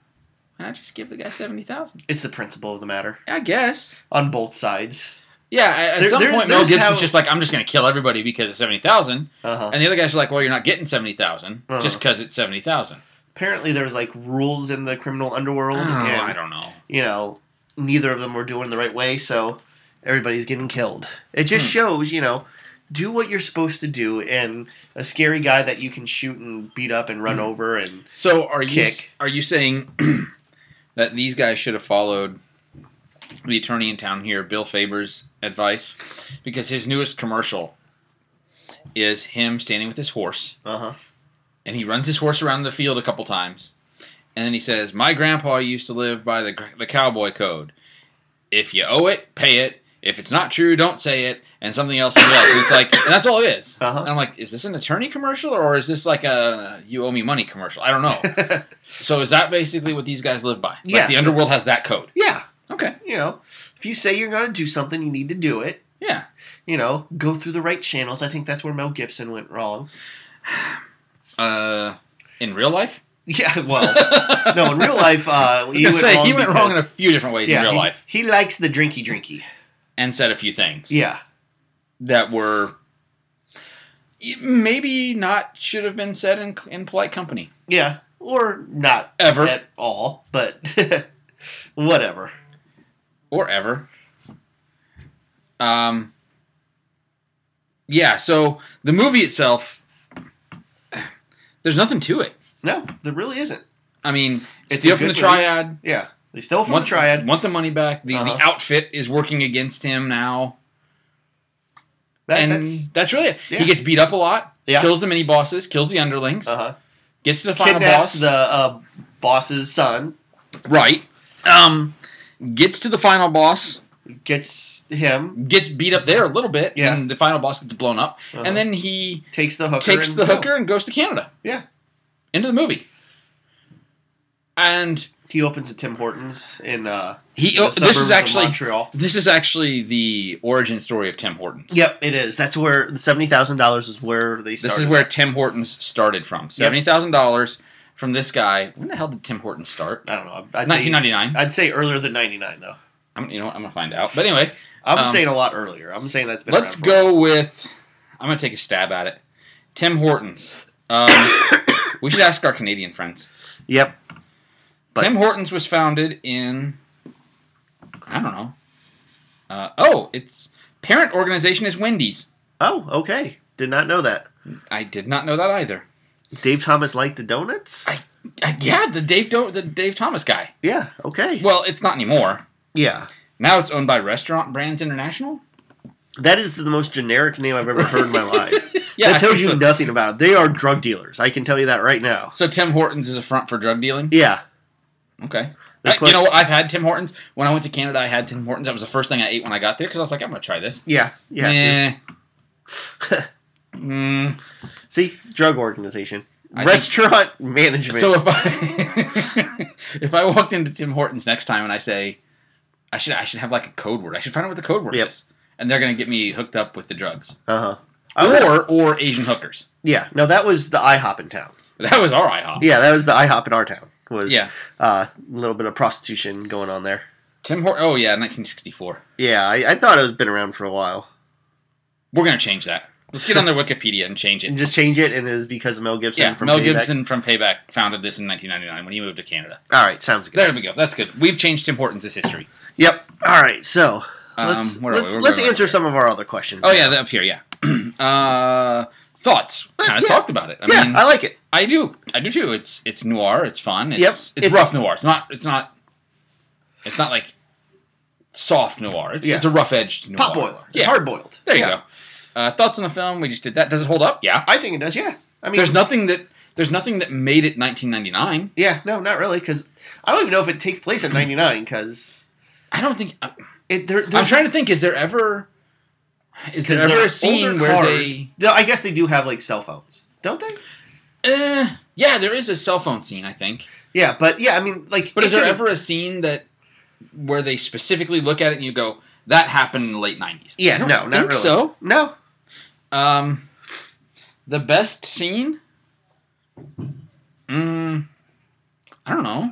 Speaker 1: why not just give the guy seventy thousand?
Speaker 2: It's the principle of the matter
Speaker 1: I guess.
Speaker 2: on both sides.
Speaker 1: Yeah, at at
Speaker 2: There-
Speaker 1: some
Speaker 2: there-
Speaker 1: point Mel
Speaker 2: there's
Speaker 1: Gibson's
Speaker 2: how-
Speaker 1: just like, I'm just going to kill everybody because it's seventy thousand.
Speaker 2: Uh huh.
Speaker 1: And the other guys are like, well, you're not getting 70,000
Speaker 2: Uh-huh.
Speaker 1: just because it's 70,000.
Speaker 2: Apparently, there's like rules in the criminal
Speaker 1: Oh,
Speaker 2: underworld. and
Speaker 1: I don't know.
Speaker 2: you know, neither of them were doing the right way, so everybody's getting killed. It just
Speaker 1: Hmm.
Speaker 2: shows, you know, do what you're supposed to do, and a scary guy that you can shoot and beat up and run
Speaker 1: Hmm.
Speaker 2: over, and
Speaker 1: So are you
Speaker 2: Kick.
Speaker 1: are you saying that these guys should have followed the attorney in town here, Bill Faber's advice? Because his newest commercial is him standing with his horse,
Speaker 2: uh huh,
Speaker 1: and he runs his horse around the field a couple times, and then he says, "My grandpa used to live by the gr- the cowboy code. If you owe it, pay it. If it's not true, don't say it." And something else, something else. And it's like, and that's all it is.
Speaker 2: uh
Speaker 1: And I'm like, is this an attorney commercial or is this like a you owe me money commercial? I don't know.
Speaker 2: huh,
Speaker 1: so is that basically what these guys live by? Like
Speaker 2: Yeah.
Speaker 1: the underworld has that code.
Speaker 2: yeah.
Speaker 1: Okay.
Speaker 2: You know, if you say you're gonna do something, you need to do it.
Speaker 1: Yeah.
Speaker 2: You know, go through the right channels. I think that's where Mel Gibson went wrong.
Speaker 1: Uh, in real life?
Speaker 2: Yeah, well, no, in real life, uh,
Speaker 1: You say he went wrong in a
Speaker 2: because-
Speaker 1: few different ways
Speaker 2: yeah,
Speaker 1: in real
Speaker 2: he-
Speaker 1: life
Speaker 2: He likes the drinky drinky.
Speaker 1: and said a few things
Speaker 2: Yeah,
Speaker 1: that were maybe not should have been said in, in polite company
Speaker 2: yeah, or not
Speaker 1: ever
Speaker 2: at all, but whatever.
Speaker 1: or ever. Um, yeah, so the movie itself, there's nothing to it.
Speaker 2: No, there really isn't.
Speaker 1: I mean,
Speaker 2: It's
Speaker 1: steal
Speaker 2: a
Speaker 1: from the
Speaker 2: good movie.
Speaker 1: triad,
Speaker 2: Yeah, They still from
Speaker 1: want,
Speaker 2: the triad.
Speaker 1: want the money back. The,
Speaker 2: Uh-huh.
Speaker 1: the outfit is working against him now.
Speaker 2: That,
Speaker 1: and that's,
Speaker 2: that's
Speaker 1: really it.
Speaker 2: yeah.
Speaker 1: He gets beat up a lot,
Speaker 2: Yeah.
Speaker 1: kills the mini bosses, kills the underlings,
Speaker 2: uh-huh.
Speaker 1: gets to the final boss.
Speaker 2: kidnaps the uh, boss's son,
Speaker 1: right. Um, gets to the final boss,
Speaker 2: gets him,
Speaker 1: gets beat up there a little bit,
Speaker 2: Yeah.
Speaker 1: and the final boss gets blown up.
Speaker 2: Uh-huh.
Speaker 1: And then he
Speaker 2: takes the hooker,
Speaker 1: takes
Speaker 2: and
Speaker 1: the
Speaker 2: no.
Speaker 1: hooker and goes to Canada.
Speaker 2: Yeah.
Speaker 1: Into the movie. And
Speaker 2: He opens a Tim Hortons in. Uh,
Speaker 1: he
Speaker 2: the
Speaker 1: oh, this
Speaker 2: suburbs
Speaker 1: is
Speaker 2: of
Speaker 1: actually
Speaker 2: Montreal.
Speaker 1: this is actually the origin story of Tim Hortons.
Speaker 2: Yep, it is. That's where the seventy thousand dollars is where they. Started.
Speaker 1: This is where Tim Hortons started from. Seventy thousand dollars from this guy. When the hell did Tim Hortons start?
Speaker 2: I don't know. I'd
Speaker 1: Nineteen
Speaker 2: say,
Speaker 1: ninety nine.
Speaker 2: I'd say earlier than ninety nine though.
Speaker 1: I'm you know what, I'm gonna find out. But anyway,
Speaker 2: I'm
Speaker 1: Um,
Speaker 2: saying a lot earlier. I'm saying that's been.
Speaker 1: let's
Speaker 2: around for a while.
Speaker 1: go with. I'm gonna take a stab at it. Tim Hortons. Um, we should ask our Canadian friends.
Speaker 2: Yep. But-
Speaker 1: Tim Hortons was founded in. I don't know. Uh, oh, its parent organization is Wendy's.
Speaker 2: Oh, okay. Did not know that.
Speaker 1: I did not know that either.
Speaker 2: Dave Thomas liked the donuts.
Speaker 1: Uh, yeah, the Dave Do- the Dave Thomas guy.
Speaker 2: Yeah. Okay.
Speaker 1: Well, it's not anymore.
Speaker 2: Yeah.
Speaker 1: Now it's owned by Restaurant Brands International.
Speaker 2: That is the most generic name I've ever heard in my life.
Speaker 1: Yeah,
Speaker 2: that tells you
Speaker 1: so,
Speaker 2: nothing about it. They are drug dealers. I can tell you that right now.
Speaker 1: so Tim Hortons is a front for drug dealing.
Speaker 2: Yeah.
Speaker 1: Okay,
Speaker 2: They
Speaker 1: I-
Speaker 2: put-
Speaker 1: you know what? I've had Tim Hortons. When I went to Canada, I had Tim Hortons. That was the first thing I ate when I got there because I was like, I'm gonna try this.
Speaker 2: Yeah. Yeah. dude.
Speaker 1: Eh. Mm.
Speaker 2: See, drug organization,
Speaker 1: I think-
Speaker 2: restaurant management.
Speaker 1: So if I if I walked into Tim Hortons next time and I say, I should I should have like a code word. I should find out what the code word
Speaker 2: Yep.
Speaker 1: is, and they're gonna get me hooked up with the drugs
Speaker 2: uh huh.
Speaker 1: or or Asian hookers.
Speaker 2: yeah. No, that was the IHOP in town.
Speaker 1: That was our IHOP.
Speaker 2: Yeah, that was the IHOP in our town. Was
Speaker 1: Yeah.
Speaker 2: uh, a little bit of prostitution going on there.
Speaker 1: Tim Hortons. Oh yeah, 1964.
Speaker 2: Yeah, I, I thought it was been around for a while.
Speaker 1: We're gonna change that. Let's get on their Wikipedia and change it.
Speaker 2: And just change it, and it was because of Mel Gibson.
Speaker 1: Yeah,
Speaker 2: from
Speaker 1: Mel
Speaker 2: Payback.
Speaker 1: Gibson from Payback founded this in 1999 when he moved to Canada.
Speaker 2: All right, sounds good.
Speaker 1: There we go. That's good. We've changed Tim Hortons' history.
Speaker 2: Yep. All right, so
Speaker 1: Um,
Speaker 2: let's
Speaker 1: where are we?
Speaker 2: let's,
Speaker 1: We're
Speaker 2: let's
Speaker 1: going
Speaker 2: answer some of our other questions.
Speaker 1: Oh yeah, they're up here. Yeah. uh, thoughts. Kind
Speaker 2: Yeah.
Speaker 1: of talked about it. I
Speaker 2: yeah,
Speaker 1: mean,
Speaker 2: I like it.
Speaker 1: I do. I do too. It's it's noir. It's fun. It's,
Speaker 2: Yep,
Speaker 1: It's,
Speaker 2: it's-
Speaker 1: rough noir. It's not. It's not. It's not like soft noir. It's,
Speaker 2: Yeah.
Speaker 1: it's a rough edged noir.
Speaker 2: Pot boiler. It's
Speaker 1: yeah.
Speaker 2: hard boiled.
Speaker 1: There you
Speaker 2: Yeah.
Speaker 1: go. Uh, thoughts on the film? We just did that. Does it hold up? Yeah.
Speaker 2: I think it does. Yeah. I mean,
Speaker 1: there's nothing that there's nothing that made it 1999.
Speaker 2: yeah, no, not really, because I don't even know if it takes place in '99, because
Speaker 1: I don't think. I-
Speaker 2: it there,
Speaker 1: I'm
Speaker 2: there's
Speaker 1: trying to think. Is there ever is
Speaker 2: 'Cause
Speaker 1: there ever
Speaker 2: they're
Speaker 1: a scene
Speaker 2: older
Speaker 1: where
Speaker 2: cars.
Speaker 1: they?
Speaker 2: No, I guess they do have like cell phones, don't they?
Speaker 1: Eh, yeah, there is a cell phone scene, I think.
Speaker 2: Yeah, but yeah, I mean, like,
Speaker 1: But
Speaker 2: it
Speaker 1: is there
Speaker 2: could've-
Speaker 1: ever a scene that where they specifically look at it and you go, "That happened in the late '90s"?
Speaker 2: Yeah,
Speaker 1: I don't
Speaker 2: no, not
Speaker 1: think
Speaker 2: really.
Speaker 1: So,
Speaker 2: No,
Speaker 1: um, the best scene. Mm, I don't know.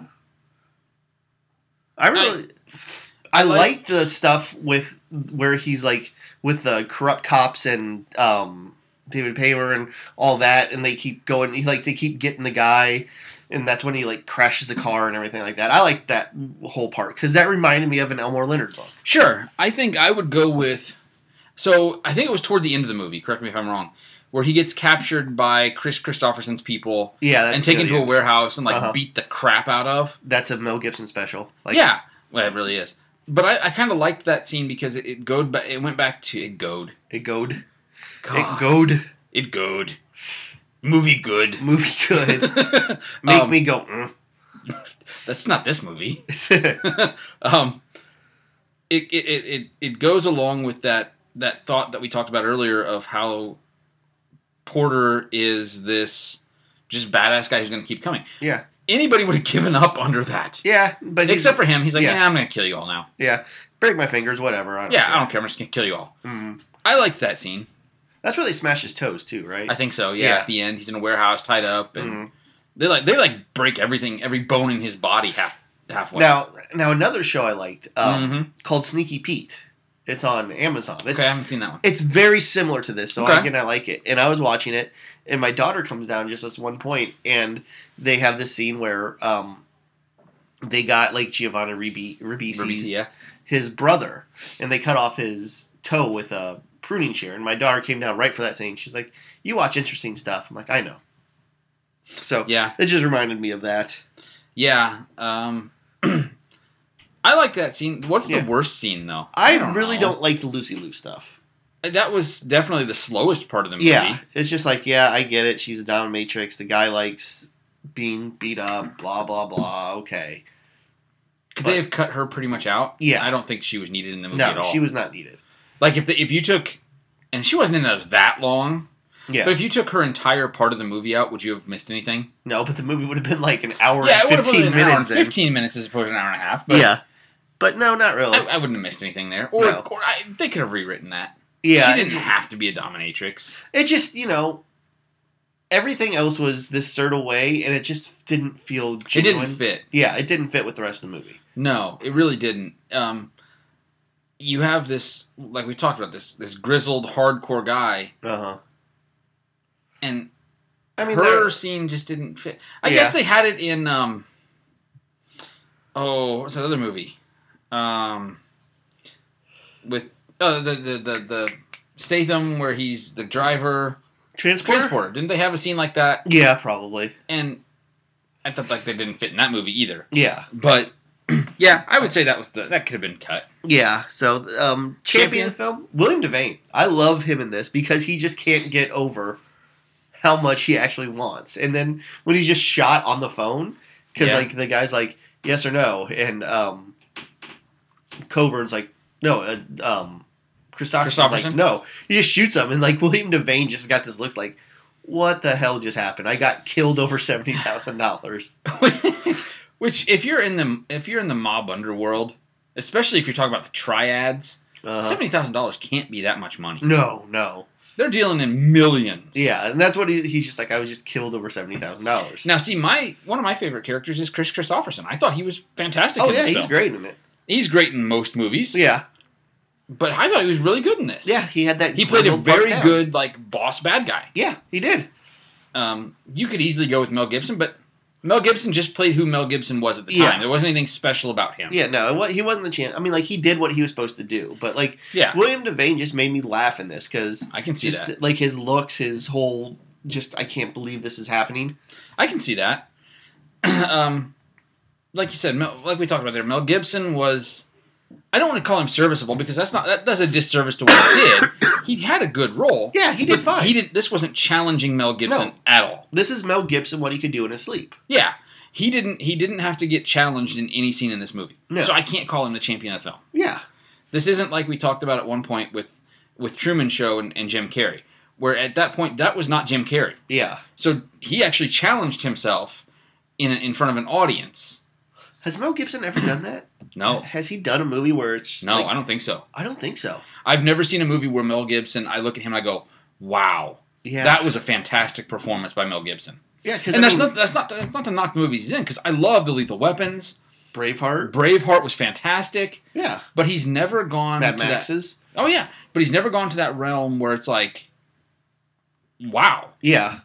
Speaker 2: I really, I,
Speaker 1: I like-
Speaker 2: like the stuff with where he's like with the corrupt cops and um, David Paymer and all that, and they keep going. He like they keep getting the guy, and that's when he like crashes the car and everything like that. I like that whole part because that reminded me of an Elmore Leonard book.
Speaker 1: Sure. I think I would go with. So I think it was toward the end of the movie. Correct me if I'm wrong. Where he gets captured by Chris Christopherson's people
Speaker 2: Yeah, that's
Speaker 1: and taken
Speaker 2: near the
Speaker 1: to a
Speaker 2: end.
Speaker 1: warehouse and like
Speaker 2: Uh-huh.
Speaker 1: beat the crap out of.
Speaker 2: That's a Mel Gibson special. Like,
Speaker 1: yeah. Well, it really is. But I, I kind of liked that scene because it, it goed ba- it went back to it goed.
Speaker 2: it goed. It
Speaker 1: God.
Speaker 2: goed.
Speaker 1: It goed. Movie good.
Speaker 2: Movie good. Make
Speaker 1: Um,
Speaker 2: me go. Mm.
Speaker 1: That's not this movie. um, it, it, it, it, it goes along with that, that thought that we talked about earlier of how Porter is this just badass guy who's going to keep coming.
Speaker 2: yeah,
Speaker 1: Anybody would have given up under that.
Speaker 2: yeah, but he's,
Speaker 1: Except for him. He's like,
Speaker 2: yeah.
Speaker 1: yeah, I'm going to kill you all now.
Speaker 2: yeah, break my fingers, whatever. I don't
Speaker 1: Yeah,
Speaker 2: care.
Speaker 1: I don't care. I'm just going to kill you all.
Speaker 2: Mhm.
Speaker 1: I liked that scene.
Speaker 2: That's where they smash his toes too, right?
Speaker 1: I think so. Yeah,
Speaker 2: Yeah.
Speaker 1: at the end, he's in a warehouse tied up, and
Speaker 2: Mhm.
Speaker 1: they like they like break everything, every bone in his body half halfway.
Speaker 2: Now, now another show I liked um,
Speaker 1: Mhm.
Speaker 2: called Sneaky Pete. It's on Amazon. It's,
Speaker 1: okay, I haven't seen that one.
Speaker 2: it's very similar to this, so
Speaker 1: Okay.
Speaker 2: again, I like it. And I was watching it, and my daughter comes down just at one point, and they have this scene where um, they got like Giovanni Ribisi,
Speaker 1: Ribisi, yeah.
Speaker 2: his brother, and they cut off his toe with a pruning shear. And my daughter came down right for that scene. She's like, "You watch interesting stuff." I'm like, "I know." So
Speaker 1: Yeah,
Speaker 2: it just reminded me of that.
Speaker 1: yeah. Um, I like that scene. What's
Speaker 2: Yeah.
Speaker 1: the worst scene though?
Speaker 2: I,
Speaker 1: don't
Speaker 2: really
Speaker 1: know. Uh,
Speaker 2: don't like the loosey loose stuff.
Speaker 1: That was definitely the slowest part of the movie.
Speaker 2: Yeah, it's just like yeah, I get it. She's a dominatrix. The guy likes being beat up. Blah blah blah. Okay.
Speaker 1: Could
Speaker 2: But-
Speaker 1: they have cut her pretty much out?
Speaker 2: Yeah.
Speaker 1: I don't think she was needed in the movie at
Speaker 2: No,
Speaker 1: all.
Speaker 2: she was not needed.
Speaker 1: like if the, if you took, and she wasn't in those that long.
Speaker 2: Yeah.
Speaker 1: But if you took her entire part of the movie out, would you have missed anything?
Speaker 2: no, but the movie would have been like an hour
Speaker 1: yeah, it
Speaker 2: and
Speaker 1: would have been
Speaker 2: fifteen
Speaker 1: an hour and
Speaker 2: minutes. then.
Speaker 1: fifteen minutes as opposed to an hour and a half. But
Speaker 2: yeah. But no, not really.
Speaker 1: I, I wouldn't have missed anything there. Or,
Speaker 2: No.
Speaker 1: or I, they could have rewritten that.
Speaker 2: yeah.
Speaker 1: she
Speaker 2: it
Speaker 1: didn't
Speaker 2: just-
Speaker 1: have to be a dominatrix.
Speaker 2: it just you know everything else was this certain way and it just didn't feel
Speaker 1: She
Speaker 2: genuine.
Speaker 1: didn't fit.
Speaker 2: yeah it didn't fit with the rest of the movie
Speaker 1: No, it really didn't. Um, you have this, like we talked about this, this grizzled hardcore guy,
Speaker 2: uh-huh
Speaker 1: and
Speaker 2: i mean
Speaker 1: her
Speaker 2: there-
Speaker 1: scene just didn't fit. I
Speaker 2: Yeah.
Speaker 1: guess they had it in. Um, oh, what's that other movie? Um, with uh, the, the the the Statham where he's the driver
Speaker 2: transporter?
Speaker 1: transporter. Didn't they have a scene like that?
Speaker 2: yeah probably
Speaker 1: And I thought like they didn't fit in that movie either.
Speaker 2: yeah
Speaker 1: But yeah, I would say that was the that could have been cut.
Speaker 2: yeah so um
Speaker 1: Champion?
Speaker 2: champion, of the film william devane i love him in this because he just can't get over how much he actually wants and then when he's just shot on the phone because
Speaker 1: Yeah.
Speaker 2: like the guy's like yes or no and um coburn's like no uh, um Christopherson's like
Speaker 1: Christopherson?
Speaker 2: no he just shoots him and like william devane just got this looks like what the hell just happened i got killed over $70000
Speaker 1: Which, if you're in the if you're in the mob underworld, especially if you're talking about the triads,
Speaker 2: uh,
Speaker 1: seventy thousand dollars can't be that much money.
Speaker 2: no no
Speaker 1: They're dealing in millions.
Speaker 2: yeah and that's what he, he's just like i was just killed over $70000
Speaker 1: Now, see, my one of my favorite characters is Chris Christopherson. I thought he was fantastic.
Speaker 2: oh
Speaker 1: in
Speaker 2: yeah
Speaker 1: this
Speaker 2: he's
Speaker 1: film.
Speaker 2: great in it
Speaker 1: He's great in most movies.
Speaker 2: yeah
Speaker 1: But I thought he was really good in this.
Speaker 2: yeah he had that
Speaker 1: He played a
Speaker 2: grizzled part
Speaker 1: very
Speaker 2: down.
Speaker 1: good like boss bad guy.
Speaker 2: yeah he did
Speaker 1: Um, you could easily go with Mel Gibson, but Mel Gibson just played who Mel Gibson was at the time.
Speaker 2: Yeah.
Speaker 1: There wasn't anything special about him.
Speaker 2: yeah no what he wasn't the champ i mean like he did what he was supposed to do but like
Speaker 1: Yeah,
Speaker 2: William Devane just made me laugh in this because
Speaker 1: I can see
Speaker 2: just
Speaker 1: that.
Speaker 2: like his looks, his whole just I can't believe this is happening.
Speaker 1: I can see that. um, like you said, Mel, like we talked about there, Mel Gibson was. I don't want to call him serviceable because that's not that, that's a disservice to what he did. He had a good role.
Speaker 2: Yeah, he did
Speaker 1: but
Speaker 2: fine.
Speaker 1: He did. This wasn't challenging Mel Gibson
Speaker 2: No.
Speaker 1: at all.
Speaker 2: This is Mel Gibson what he could do in his sleep.
Speaker 1: Yeah, he didn't. He didn't have to get challenged in any scene in this movie.
Speaker 2: No.
Speaker 1: So I can't call him the champion of the film.
Speaker 2: Yeah,
Speaker 1: This isn't like we talked about at one point with with Truman Show and, and Jim Carrey, where at that point that was not Jim Carrey.
Speaker 2: yeah.
Speaker 1: So he actually challenged himself in a, in front of an audience.
Speaker 2: Has Mel Gibson ever done that?
Speaker 1: No,
Speaker 2: Has he done a movie where it's
Speaker 1: no,
Speaker 2: like-
Speaker 1: I don't think so.
Speaker 2: I don't think so.
Speaker 1: I've never seen a movie where Mel Gibson. I look at him, and I go, "Wow,
Speaker 2: Yeah,
Speaker 1: that was a fantastic performance by Mel Gibson."
Speaker 2: yeah. Because
Speaker 1: And that's not that's not that's not to knock the movies he's in because I love the Lethal Weapons.
Speaker 2: Braveheart.
Speaker 1: Braveheart was fantastic,
Speaker 2: Yeah,
Speaker 1: but he's never gone
Speaker 2: Mad
Speaker 1: to that.
Speaker 2: Max's.
Speaker 1: Oh yeah, but he's never gone to that realm where it's like, "Wow."
Speaker 2: Yeah,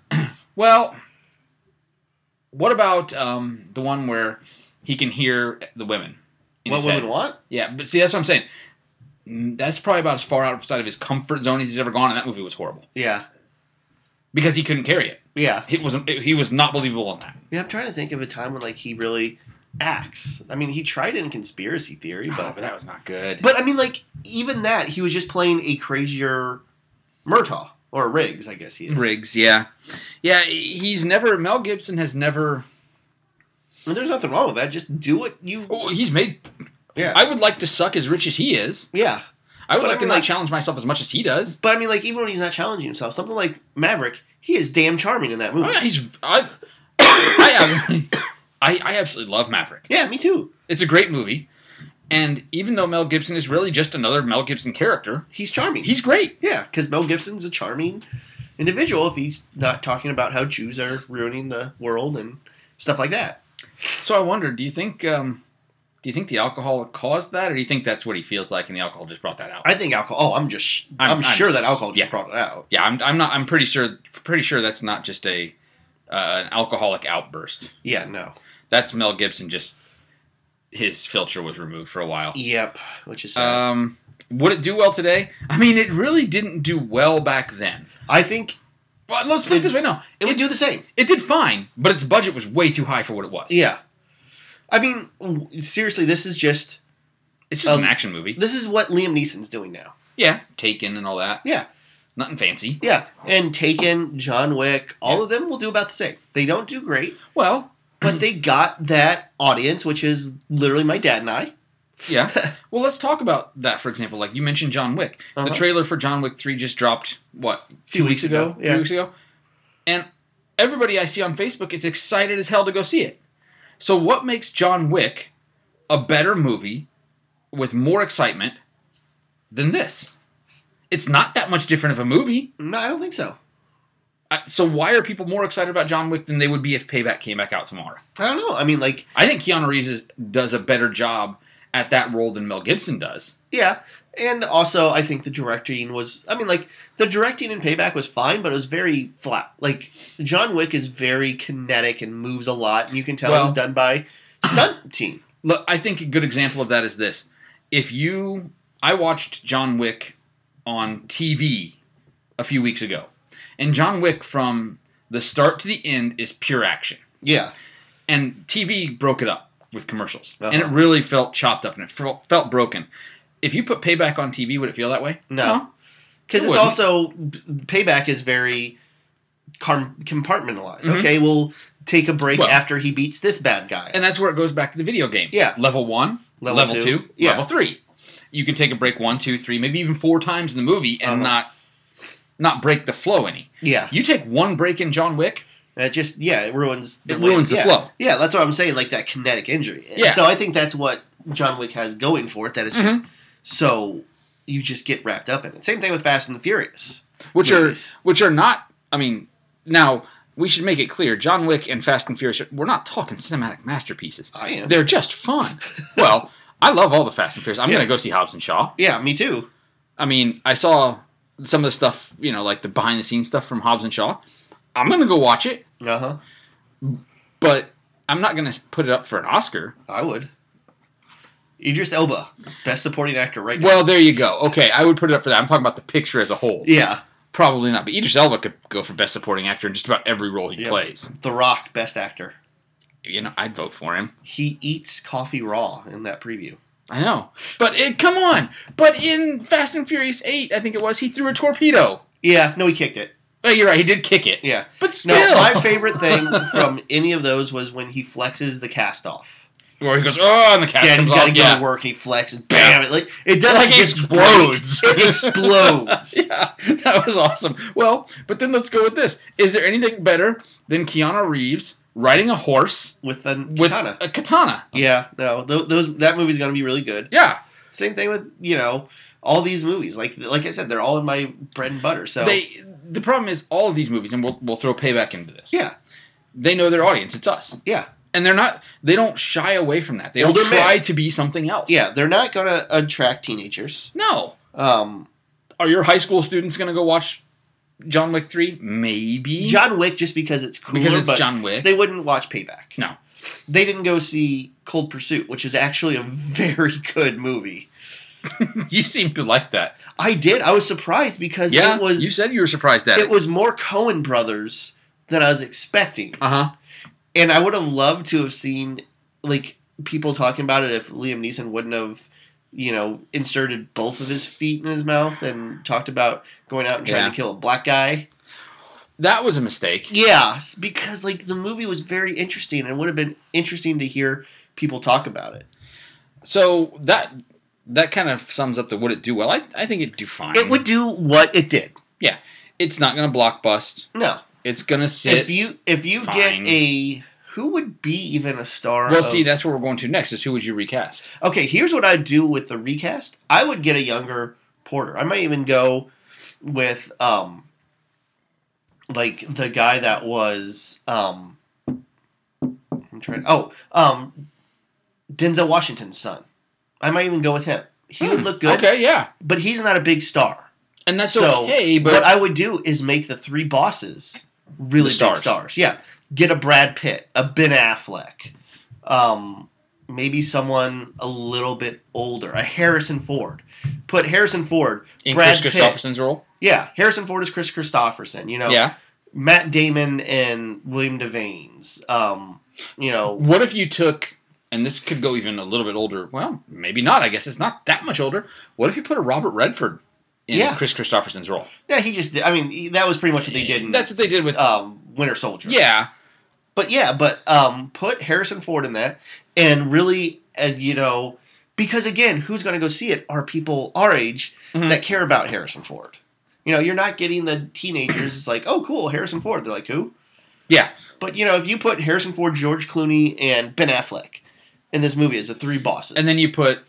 Speaker 1: Well, what about um, the one where he can hear the women? in
Speaker 2: what
Speaker 1: his
Speaker 2: women
Speaker 1: head?
Speaker 2: want?
Speaker 1: Yeah, but see, that's what I'm saying. Mm, That's probably about as far outside of his comfort zone as he's ever gone, and that movie was horrible
Speaker 2: Yeah,
Speaker 1: because he couldn't carry it.
Speaker 2: yeah,
Speaker 1: It was he was not believable in that.
Speaker 2: yeah. I'm trying to think of a time when like he really acts. I mean, he tried it in Conspiracy Theory,
Speaker 1: Oh,
Speaker 2: but
Speaker 1: but that was not good.
Speaker 2: But I mean, like even that, he was just playing a crazier Murtaugh or Riggs, I guess he is.
Speaker 1: Riggs, yeah, yeah, he's never. Mel Gibson has never.
Speaker 2: I mean, there's nothing wrong with that. Just do what you.
Speaker 1: Oh, he's made.
Speaker 2: Yeah.
Speaker 1: I would like to suck as rich as he is.
Speaker 2: yeah,
Speaker 1: I would
Speaker 2: But I
Speaker 1: like to
Speaker 2: mean,
Speaker 1: not
Speaker 2: like-
Speaker 1: challenge myself as much as he does.
Speaker 2: but I mean, like even when he's not challenging himself, something like Maverick, he is damn charming in that movie.
Speaker 1: Oh, yeah, he's. I, I, I, I absolutely love Maverick.
Speaker 2: Yeah, me too.
Speaker 1: It's a great movie, and even though Mel Gibson is really just another Mel Gibson character,
Speaker 2: He's charming.
Speaker 1: he's great.
Speaker 2: yeah, because Mel Gibson's a charming individual. If he's not talking about how Jews are ruining the world and stuff like that.
Speaker 1: So I wonder, do you think um, do you think the alcohol caused that, or do you think that's what he feels like, and the alcohol just brought that out?
Speaker 2: I think alcohol. Oh, I'm just. I'm,
Speaker 1: I'm- I'm
Speaker 2: sure that
Speaker 1: s-
Speaker 2: alcohol just
Speaker 1: yeah.
Speaker 2: brought it out.
Speaker 1: yeah, I'm, I'm not. I'm pretty sure. Pretty sure that's not just a uh, an alcoholic outburst.
Speaker 2: Yeah. No.
Speaker 1: That's Mel Gibson. Just his filter was removed for a while.
Speaker 2: Yep. Which is. Sad.
Speaker 1: Um, would it do well today? I mean, it really didn't do well back then.
Speaker 2: I think
Speaker 1: But let's put it this way: no,
Speaker 2: it would do the same.
Speaker 1: it did fine, but its budget was way too high for what it was.
Speaker 2: Yeah. I mean, w- seriously, this is just
Speaker 1: It's just
Speaker 2: Um,
Speaker 1: an action movie.
Speaker 2: This is what Liam Neeson's doing now.
Speaker 1: Yeah, Taken and all that.
Speaker 2: Yeah.
Speaker 1: Nothing fancy.
Speaker 2: Yeah, and Taken, John Wick, all of them will do about the same. They don't do great,
Speaker 1: Well,
Speaker 2: but they got that audience, which is literally my dad and I.
Speaker 1: yeah. well, let's talk about that, for example. Like you mentioned John Wick. The
Speaker 2: Uh-huh.
Speaker 1: trailer for John Wick 3 just dropped, what, a
Speaker 2: Few weeks ago,
Speaker 1: Two
Speaker 2: yeah.
Speaker 1: weeks ago? And everybody I see on Facebook is excited as hell to go see it. So, what makes John Wick a better movie with more excitement than this? It's not that much different of a movie.
Speaker 2: No, Mm, I don't think so.
Speaker 1: I- So, why are people more excited about John Wick than they would be if Payback came back out tomorrow?
Speaker 2: I don't know. I mean, like,
Speaker 1: I think Keanu Reeves is, does a better job at that role than Mel Gibson does.
Speaker 2: yeah. And also, I think the directing was, I mean, like, the directing in Payback was fine, but it was very flat. Like, John Wick is very kinetic and moves a lot, and you can tell it
Speaker 1: Well-
Speaker 2: was done by stunt team.
Speaker 1: Look, I think a good example of that is this. If you, I watched John Wick on TV a few weeks ago, and John Wick from the start to the end is pure action.
Speaker 2: Yeah.
Speaker 1: And TV broke it up with commercials, and it
Speaker 2: Uh-huh.
Speaker 1: really felt chopped up and it felt, felt broken. If you put Payback on TV, would it feel that way?
Speaker 2: No.
Speaker 1: It
Speaker 2: Because it's
Speaker 1: wouldn't.
Speaker 2: also payback is very car- compartmentalized.
Speaker 1: Mhm.
Speaker 2: Okay, we'll take a break
Speaker 1: Well-
Speaker 2: after he beats this bad guy.
Speaker 1: And that's where it goes back to the video game.
Speaker 2: Yeah.
Speaker 1: Level one, level,
Speaker 2: Level
Speaker 1: two,
Speaker 2: two. Yeah.
Speaker 1: level three. You can take a break one, two, three, maybe even four times in the movie and
Speaker 2: Uh-huh.
Speaker 1: not not break the flow any.
Speaker 2: yeah,
Speaker 1: You take one break in John Wick,
Speaker 2: it just yeah, it ruins
Speaker 1: It
Speaker 2: way-
Speaker 1: ruins the
Speaker 2: yeah.
Speaker 1: flow.
Speaker 2: Yeah, that's what I'm saying. Like that kinetic injury.
Speaker 1: Yeah. Mm-hmm.
Speaker 2: So I think that's what John Wick has going for it. That it's just so you just get wrapped up in it. Same thing with Fast and the Furious.
Speaker 1: which
Speaker 2: Movies.
Speaker 1: are which are not. I mean, now we should make it clear: John Wick and Fast and Furious. are- We're not talking cinematic masterpieces.
Speaker 2: I am.
Speaker 1: They're just fun. well, I love all the Fast and Furious. I'm
Speaker 2: Yeah.
Speaker 1: going to go see Hobbs and Shaw.
Speaker 2: Yeah, me too.
Speaker 1: I mean, I saw some of the stuff, you know, like the behind the scenes stuff from Hobbs and Shaw. I'm going to go watch it,
Speaker 2: Uh huh.
Speaker 1: but I'm not going to put it up for an Oscar.
Speaker 2: I would. Idris Elba, best supporting actor right now.
Speaker 1: Well, there you go. Okay, I would put it up for that. I'm talking about the picture as a whole.
Speaker 2: yeah,
Speaker 1: Probably not, but Idris Elba could go for best supporting actor in just about every role he
Speaker 2: Yeah.
Speaker 1: plays.
Speaker 2: The Rock, best actor.
Speaker 1: you know, I'd vote for him.
Speaker 2: He eats coffee raw in that preview.
Speaker 1: I know, but it, come on. But in Fast and Furious Eight, I think it was, he threw a torpedo.
Speaker 2: Yeah, no, he kicked it.
Speaker 1: Oh, you're right. He did kick it,
Speaker 2: Yeah.
Speaker 1: but
Speaker 2: No,
Speaker 1: still,
Speaker 2: my favorite thing from any of those was when he flexes the cast off.
Speaker 1: Where he goes, oh, and the cat
Speaker 2: Yeah,
Speaker 1: comes
Speaker 2: he's got to
Speaker 1: off.
Speaker 2: go
Speaker 1: Yeah,
Speaker 2: to work and he flexes. Bam! It like it doesn't
Speaker 1: Like it
Speaker 2: just
Speaker 1: explodes.
Speaker 2: break. It explodes.
Speaker 1: yeah, that was awesome. Well, but then let's go with this. Is there anything better than Keanu Reeves riding a horse
Speaker 2: with a
Speaker 1: with
Speaker 2: katana.
Speaker 1: a katana?
Speaker 2: Yeah, no, tho- those that movie's gonna be really good.
Speaker 1: Yeah,
Speaker 2: Same thing with you know all these movies. Like like I said, they're all in my bread and butter. So
Speaker 1: they. The problem is all of these movies, and we'll we'll throw payback into this.
Speaker 2: yeah,
Speaker 1: They know their audience. It's us.
Speaker 2: yeah,
Speaker 1: and they're not they don't shy away from that they
Speaker 2: Older
Speaker 1: don't try
Speaker 2: men.
Speaker 1: to be something else
Speaker 2: yeah. They're not gonna attract teenagers.
Speaker 1: no
Speaker 2: Um,
Speaker 1: are your high school students going to go watch john wick 3 maybe
Speaker 2: John Wick just because it's cooler,
Speaker 1: because it's
Speaker 2: but
Speaker 1: john wick
Speaker 2: they wouldn't watch Payback.
Speaker 1: No.
Speaker 2: They didn't go see Cold Pursuit, which is actually a very good movie.
Speaker 1: you seem to like that
Speaker 2: I did. I was surprised because
Speaker 1: yeah
Speaker 2: it was
Speaker 1: you said you were surprised at
Speaker 2: it
Speaker 1: it,
Speaker 2: was more Cohen brothers than I was expecting.
Speaker 1: uh-huh
Speaker 2: And I would have loved to have seen like people talking about it if Liam Neeson wouldn't have you know, inserted both of his feet in his mouth and talked about going out and trying
Speaker 1: Yeah.
Speaker 2: to kill a black guy.
Speaker 1: that was a mistake
Speaker 2: Yeah, s- because like the movie was very interesting and it would have been interesting to hear people talk about it.
Speaker 1: so that that kind of sums up the would it do well i, I think it'd do fine
Speaker 2: It would do what it did.
Speaker 1: it's not going to block bust
Speaker 2: No,
Speaker 1: it's going to sit
Speaker 2: if you if you
Speaker 1: Fine.
Speaker 2: get a who would be even a star?
Speaker 1: well
Speaker 2: of-
Speaker 1: see that's where we're going to next is who would you recast
Speaker 2: Okay, here's what I'd do with the recast. I would get a younger Porter. I might even go with um like the guy that was um I'm trying oh um Denzel Washington's son. I might even go with him. He would
Speaker 1: Hmm,
Speaker 2: look good,
Speaker 1: okay yeah
Speaker 2: but he's not a big star.
Speaker 1: and that's
Speaker 2: So,
Speaker 1: okay but
Speaker 2: what I would do is make the three bosses really
Speaker 1: The stars.
Speaker 2: big stars. Yeah, get a Brad Pitt, a Ben Affleck, um, maybe someone a little bit older, a Harrison Ford. Put Harrison Ford,
Speaker 1: in
Speaker 2: Brad
Speaker 1: chris
Speaker 2: Pitt.
Speaker 1: christopherson's role
Speaker 2: yeah, Harrison Ford is Chris Christopherson. You know,
Speaker 1: yeah
Speaker 2: Matt Damon and William Devane's. Um, you know,
Speaker 1: What if you took and this could go even a little bit older. Well, maybe not. I guess it's not that much older. What if you put a Robert Redford in
Speaker 2: Yeah.
Speaker 1: Chris Christopherson's role?
Speaker 2: Yeah, he just did. I mean, he- that was pretty much what they did. In,
Speaker 1: That's what they did with-
Speaker 2: um, Winter Soldier.
Speaker 1: Yeah,
Speaker 2: but yeah, but um, put Harrison Ford in that, and really, and you know, because again, who's going to go see it? Are people our age
Speaker 1: Mhm.
Speaker 2: that care about Harrison Ford? You know, you're not getting the teenagers. It's like, oh, cool, Harrison Ford. They're like, who?
Speaker 1: yeah.
Speaker 2: But you know, if you put Harrison Ford, George Clooney, and Ben Affleck in this movie as the three bosses,
Speaker 1: And then you put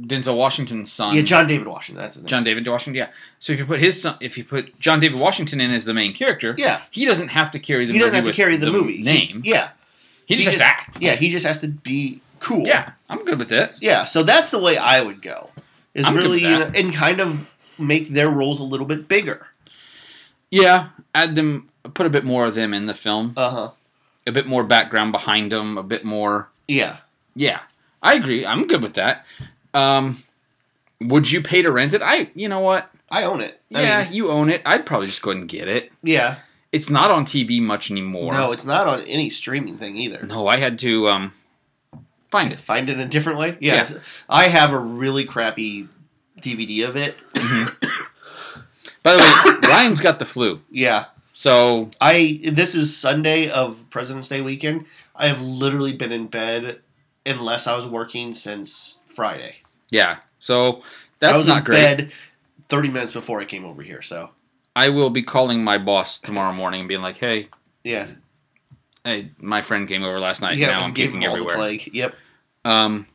Speaker 1: Denzel Washington's son,
Speaker 2: yeah, John David Washington. That's his name.
Speaker 1: John David Washington. Yeah. So if you put his son, if you put John David Washington in as the main character,
Speaker 2: Yeah,
Speaker 1: he doesn't have to carry the
Speaker 2: he
Speaker 1: movie.
Speaker 2: doesn't have to
Speaker 1: with
Speaker 2: carry the, movie
Speaker 1: name.
Speaker 2: He- yeah,
Speaker 1: he just has
Speaker 2: he
Speaker 1: to
Speaker 2: just-
Speaker 1: act.
Speaker 2: yeah, he just has to be cool.
Speaker 1: Yeah, I'm good with that.
Speaker 2: Yeah, so that's the way I would go. Is
Speaker 1: I'm good
Speaker 2: really
Speaker 1: with
Speaker 2: you know,
Speaker 1: that.
Speaker 2: and kind of make their roles a little bit bigger.
Speaker 1: Yeah, add them, put a bit more of them in the film,
Speaker 2: Uh huh.
Speaker 1: a bit more background behind them, a bit more.
Speaker 2: Yeah.
Speaker 1: Yeah, I agree. I'm good with that. Um, would you pay to rent it? I, you know what?
Speaker 2: I own it. I
Speaker 1: Yeah,
Speaker 2: mean,
Speaker 1: you own it. I'd probably just go ahead and get it.
Speaker 2: yeah.
Speaker 1: It's not on TV much anymore.
Speaker 2: No, it's not on any streaming thing either.
Speaker 1: No, I had to um, find it.
Speaker 2: Find it a different way. Yes. I have a really crappy DVD of it.
Speaker 1: By the way, Ryan's got the flu,
Speaker 2: Yeah.
Speaker 1: so
Speaker 2: I this is Sunday of President's Day weekend. I have literally been in bed unless I was working since Friday.
Speaker 1: yeah. So
Speaker 2: I
Speaker 1: that's
Speaker 2: was
Speaker 1: not
Speaker 2: in
Speaker 1: great.
Speaker 2: bed thirty minutes before I came over here, so
Speaker 1: I will be calling my boss tomorrow morning and being like, "Hey,
Speaker 2: yeah.
Speaker 1: hey, my friend came over last night.
Speaker 2: yeah,
Speaker 1: now I'm
Speaker 2: gave
Speaker 1: puking
Speaker 2: him all
Speaker 1: everywhere."
Speaker 2: The plague. Yep.
Speaker 1: Um,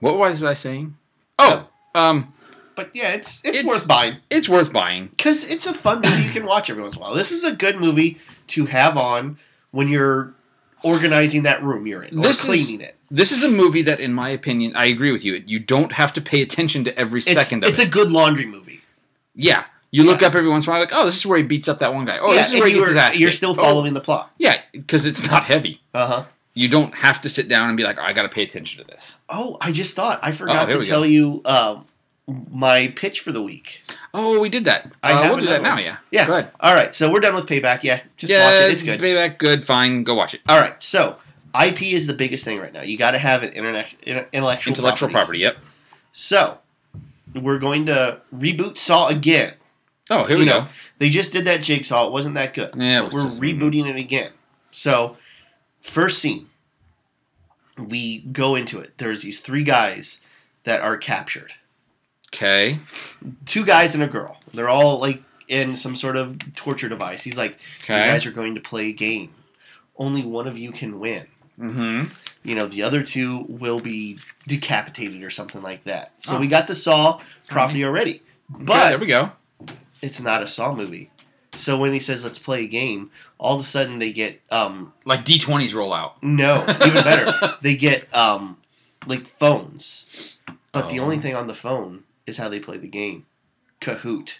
Speaker 1: what was I saying? Oh,
Speaker 2: Uh,
Speaker 1: um,
Speaker 2: But yeah, it's it's,
Speaker 1: It's-
Speaker 2: worth buying
Speaker 1: it's worth buying.
Speaker 2: because it's a fun movie you can watch every once in a while. This is a good movie to have on when you're organizing that room you're in or
Speaker 1: This is-
Speaker 2: cleaning it.
Speaker 1: This is a movie that, in my opinion, I agree with you. You don't have to pay attention to every
Speaker 2: It's,
Speaker 1: second of
Speaker 2: it's
Speaker 1: it.
Speaker 2: a good laundry movie.
Speaker 1: yeah, you look
Speaker 2: Yeah.
Speaker 1: up every once in a while, like, "Oh, this is where he beats up that one guy." Oh,
Speaker 2: Yeah,
Speaker 1: this is
Speaker 2: and
Speaker 1: where he
Speaker 2: you
Speaker 1: gets his
Speaker 2: were-
Speaker 1: ass.
Speaker 2: You're
Speaker 1: kicked.
Speaker 2: still
Speaker 1: Oh,
Speaker 2: following the plot.
Speaker 1: yeah, because it's not heavy.
Speaker 2: Uh huh.
Speaker 1: You don't have to sit down and be like, "I got to pay attention to this."
Speaker 2: Oh, I just thought I forgot
Speaker 1: here
Speaker 2: to
Speaker 1: we go.
Speaker 2: tell you um, my pitch for the week.
Speaker 1: Oh, we did that.
Speaker 2: I
Speaker 1: Uh,
Speaker 2: have
Speaker 1: we'll do that
Speaker 2: another
Speaker 1: now.
Speaker 2: one.
Speaker 1: Yeah.
Speaker 2: Yeah.
Speaker 1: Go ahead.
Speaker 2: All right, so we're done with payback. Yeah, just
Speaker 1: yeah,
Speaker 2: watch it. It's good.
Speaker 1: Payback. Good. Fine. Go watch it.
Speaker 2: All right, so IP is the biggest thing right now. You got to have an internet intellectual
Speaker 1: Intellectual property.
Speaker 2: properties.
Speaker 1: Yep.
Speaker 2: So, we're going to reboot Saw again.
Speaker 1: Oh, here
Speaker 2: You
Speaker 1: we
Speaker 2: know,
Speaker 1: go.
Speaker 2: They just did that jigsaw. It wasn't that good.
Speaker 1: Yeah, it was
Speaker 2: We're
Speaker 1: just-
Speaker 2: rebooting it again. So, first scene, we go into it. There's these three guys that are captured.
Speaker 1: Okay.
Speaker 2: Two guys and a girl. They're all like in some sort of torture device. He's like, "You
Speaker 1: Okay.
Speaker 2: guys are going to play a game. Only one of you can win.
Speaker 1: Mm-hmm.
Speaker 2: You know, the other two will be decapitated or something like that." So
Speaker 1: Oh.
Speaker 2: we got the Saw property already.
Speaker 1: okay,
Speaker 2: But
Speaker 1: there we go.
Speaker 2: it's not a Saw movie. So when he says let's play a game, all of a sudden they get um
Speaker 1: Like D20s roll out.
Speaker 2: no, even better. They get um like phones. But the
Speaker 1: Oh.
Speaker 2: only thing on the phone is how they play the game. Kahoot.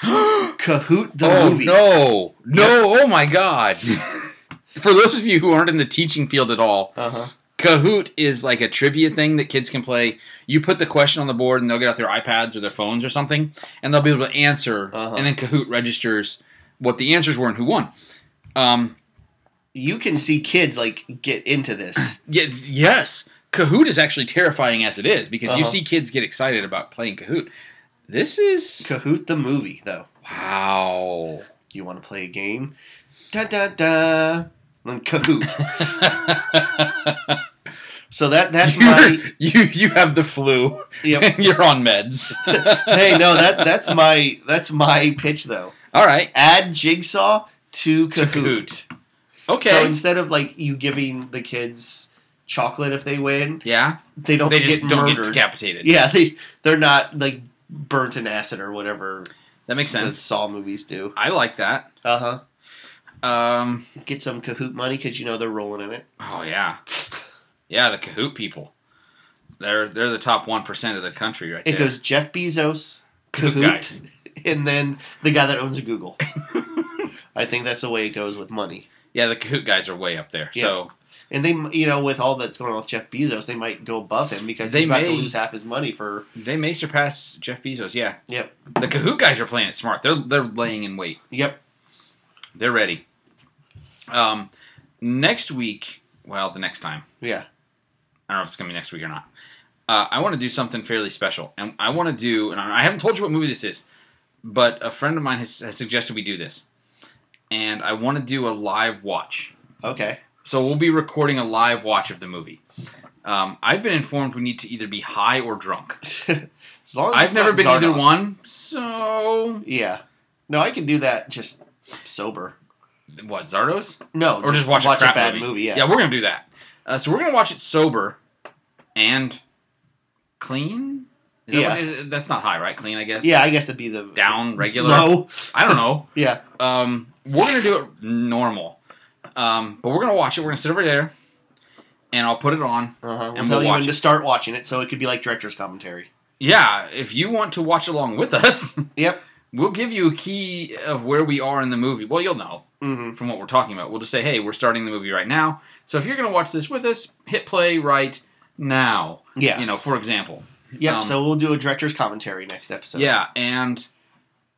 Speaker 2: Kahoot the
Speaker 1: oh
Speaker 2: movie.
Speaker 1: no, no! Oh my god! For those of you who aren't in the teaching field at all,
Speaker 2: Uh-huh.
Speaker 1: Kahoot is like a trivia thing that kids can play. You put the question on the board, and they'll get out their iPads or their phones or something, and they'll be able to answer.
Speaker 2: Uh-huh.
Speaker 1: And then Kahoot registers what the answers were and who won. Um,
Speaker 2: You can see kids like get into this.
Speaker 1: yeah, yes, Kahoot is actually terrifying as it is because you
Speaker 2: Uh-huh.
Speaker 1: see kids get excited about playing Kahoot. This is
Speaker 2: Kahoot the movie though.
Speaker 1: wow.
Speaker 2: You want to play a game? Da da da. Then Kahoot. So that that's my
Speaker 1: you, you you have the flu.
Speaker 2: yep.
Speaker 1: You're on meds.
Speaker 2: Hey, no, that that's my that's my pitch though.
Speaker 1: All right.
Speaker 2: add Jigsaw to Kahoot.
Speaker 1: Kahoot. Okay.
Speaker 2: So instead of like you giving the kids chocolate if they win,
Speaker 1: yeah.
Speaker 2: they don't
Speaker 1: They
Speaker 2: get
Speaker 1: just don't
Speaker 2: murdered.
Speaker 1: get decapitated.
Speaker 2: yeah, they they're not like burnt in acid or whatever
Speaker 1: That makes
Speaker 2: the
Speaker 1: sense.
Speaker 2: Saw movies do.
Speaker 1: I like that.
Speaker 2: Uh huh.
Speaker 1: Um.
Speaker 2: Get some Kahoot money because you know they're rolling in it.
Speaker 1: Oh yeah. Yeah, the Kahoot people. They're they're the top one percent of the country right
Speaker 2: It
Speaker 1: there.
Speaker 2: goes Jeff Bezos,
Speaker 1: Kahoot
Speaker 2: Kahoot,
Speaker 1: guys.
Speaker 2: and then the guy that owns Google. I think that's the way it goes with money.
Speaker 1: yeah, the Kahoot guys are way up there.
Speaker 2: Yeah.
Speaker 1: So
Speaker 2: And they, you know, with all that's going on with Jeff Bezos, they might go above him because
Speaker 1: They
Speaker 2: he's about to
Speaker 1: may.
Speaker 2: lose half his money for.
Speaker 1: they may surpass Jeff Bezos. Yeah.
Speaker 2: Yep.
Speaker 1: The Kahoot guys are playing it smart. They're they're laying in wait.
Speaker 2: Yep.
Speaker 1: They're ready. Um, next week. Well, the next time.
Speaker 2: Yeah.
Speaker 1: I don't know if it's coming next week or not. Uh, I want to do something fairly special, and I want to do. And I I haven't told you what movie this is, but a friend of mine has, has suggested we do this, and I want to do a live watch.
Speaker 2: Okay.
Speaker 1: So we'll be recording a live watch of the movie. Um, I've been informed we need to either be high or drunk.
Speaker 2: as long as
Speaker 1: I've
Speaker 2: it's
Speaker 1: never
Speaker 2: Oh, not
Speaker 1: been either
Speaker 2: Zardoz.
Speaker 1: one, so
Speaker 2: Yeah. No, I can do that just sober.
Speaker 1: what Zardos
Speaker 2: No,
Speaker 1: or just, watch, a, crap
Speaker 2: bad
Speaker 1: movie?
Speaker 2: movie. yeah.
Speaker 1: we're gonna do that. Uh, so we're gonna watch it sober and clean. Is that
Speaker 2: Yeah.
Speaker 1: what it is? that's not high, right? Clean, I guess.
Speaker 2: Yeah, I guess it'd be the
Speaker 1: down, regular.
Speaker 2: No.
Speaker 1: I don't know.
Speaker 2: Yeah.
Speaker 1: Um, we're gonna do it normal, um, but we're gonna watch it. We're gonna sit over there, and I'll put it on.
Speaker 2: Uh-huh. We'll
Speaker 1: And
Speaker 2: tell
Speaker 1: we'll
Speaker 2: you when
Speaker 1: watch
Speaker 2: to
Speaker 1: it.
Speaker 2: start watching it, so it could be like director's commentary.
Speaker 1: yeah, if you want to watch along with us,
Speaker 2: Yep.
Speaker 1: we'll give you a key of where we are in the movie. Well, you'll know
Speaker 2: Mm-hmm.
Speaker 1: from what we're talking about. We'll just say, hey, we're starting the movie right now. So if you're going to watch this with us, hit play right now.
Speaker 2: Yeah.
Speaker 1: You know, for example.
Speaker 2: yep.
Speaker 1: um,
Speaker 2: so we'll do a director's commentary next episode.
Speaker 1: Yeah, and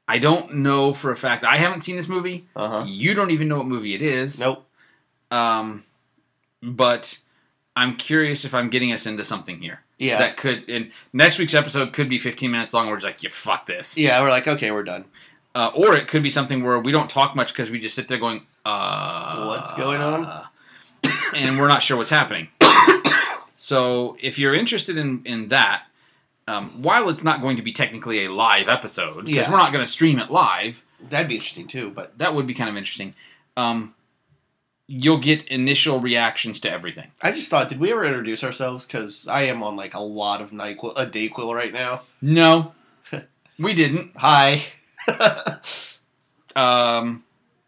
Speaker 1: I don't know for a fact. I haven't seen this movie.
Speaker 2: Uh-huh.
Speaker 1: You don't even know what movie it is.
Speaker 2: Nope.
Speaker 1: Um, but I'm curious if I'm getting us into something here.
Speaker 2: Yeah.
Speaker 1: That could, and next week's episode could be 15 minutes long. We're just like, you fuck this.
Speaker 2: yeah. We're like, okay, we're done.
Speaker 1: uh, or it could be something where we don't talk much because we just sit there going, uh,
Speaker 2: What's going on?
Speaker 1: and we're not sure what's happening. so if you're interested in in that, um, while it's not going to be technically a live episode because
Speaker 2: Yeah.
Speaker 1: we're not going to stream it live,
Speaker 2: That'd be interesting too. But
Speaker 1: that would be kind of interesting. Um, you'll get initial reactions to everything.
Speaker 2: I just thought, did we ever introduce ourselves? Because I am on like a lot of Nyquil, a Dayquil right now.
Speaker 1: No, we didn't.
Speaker 2: Hi.
Speaker 1: Um,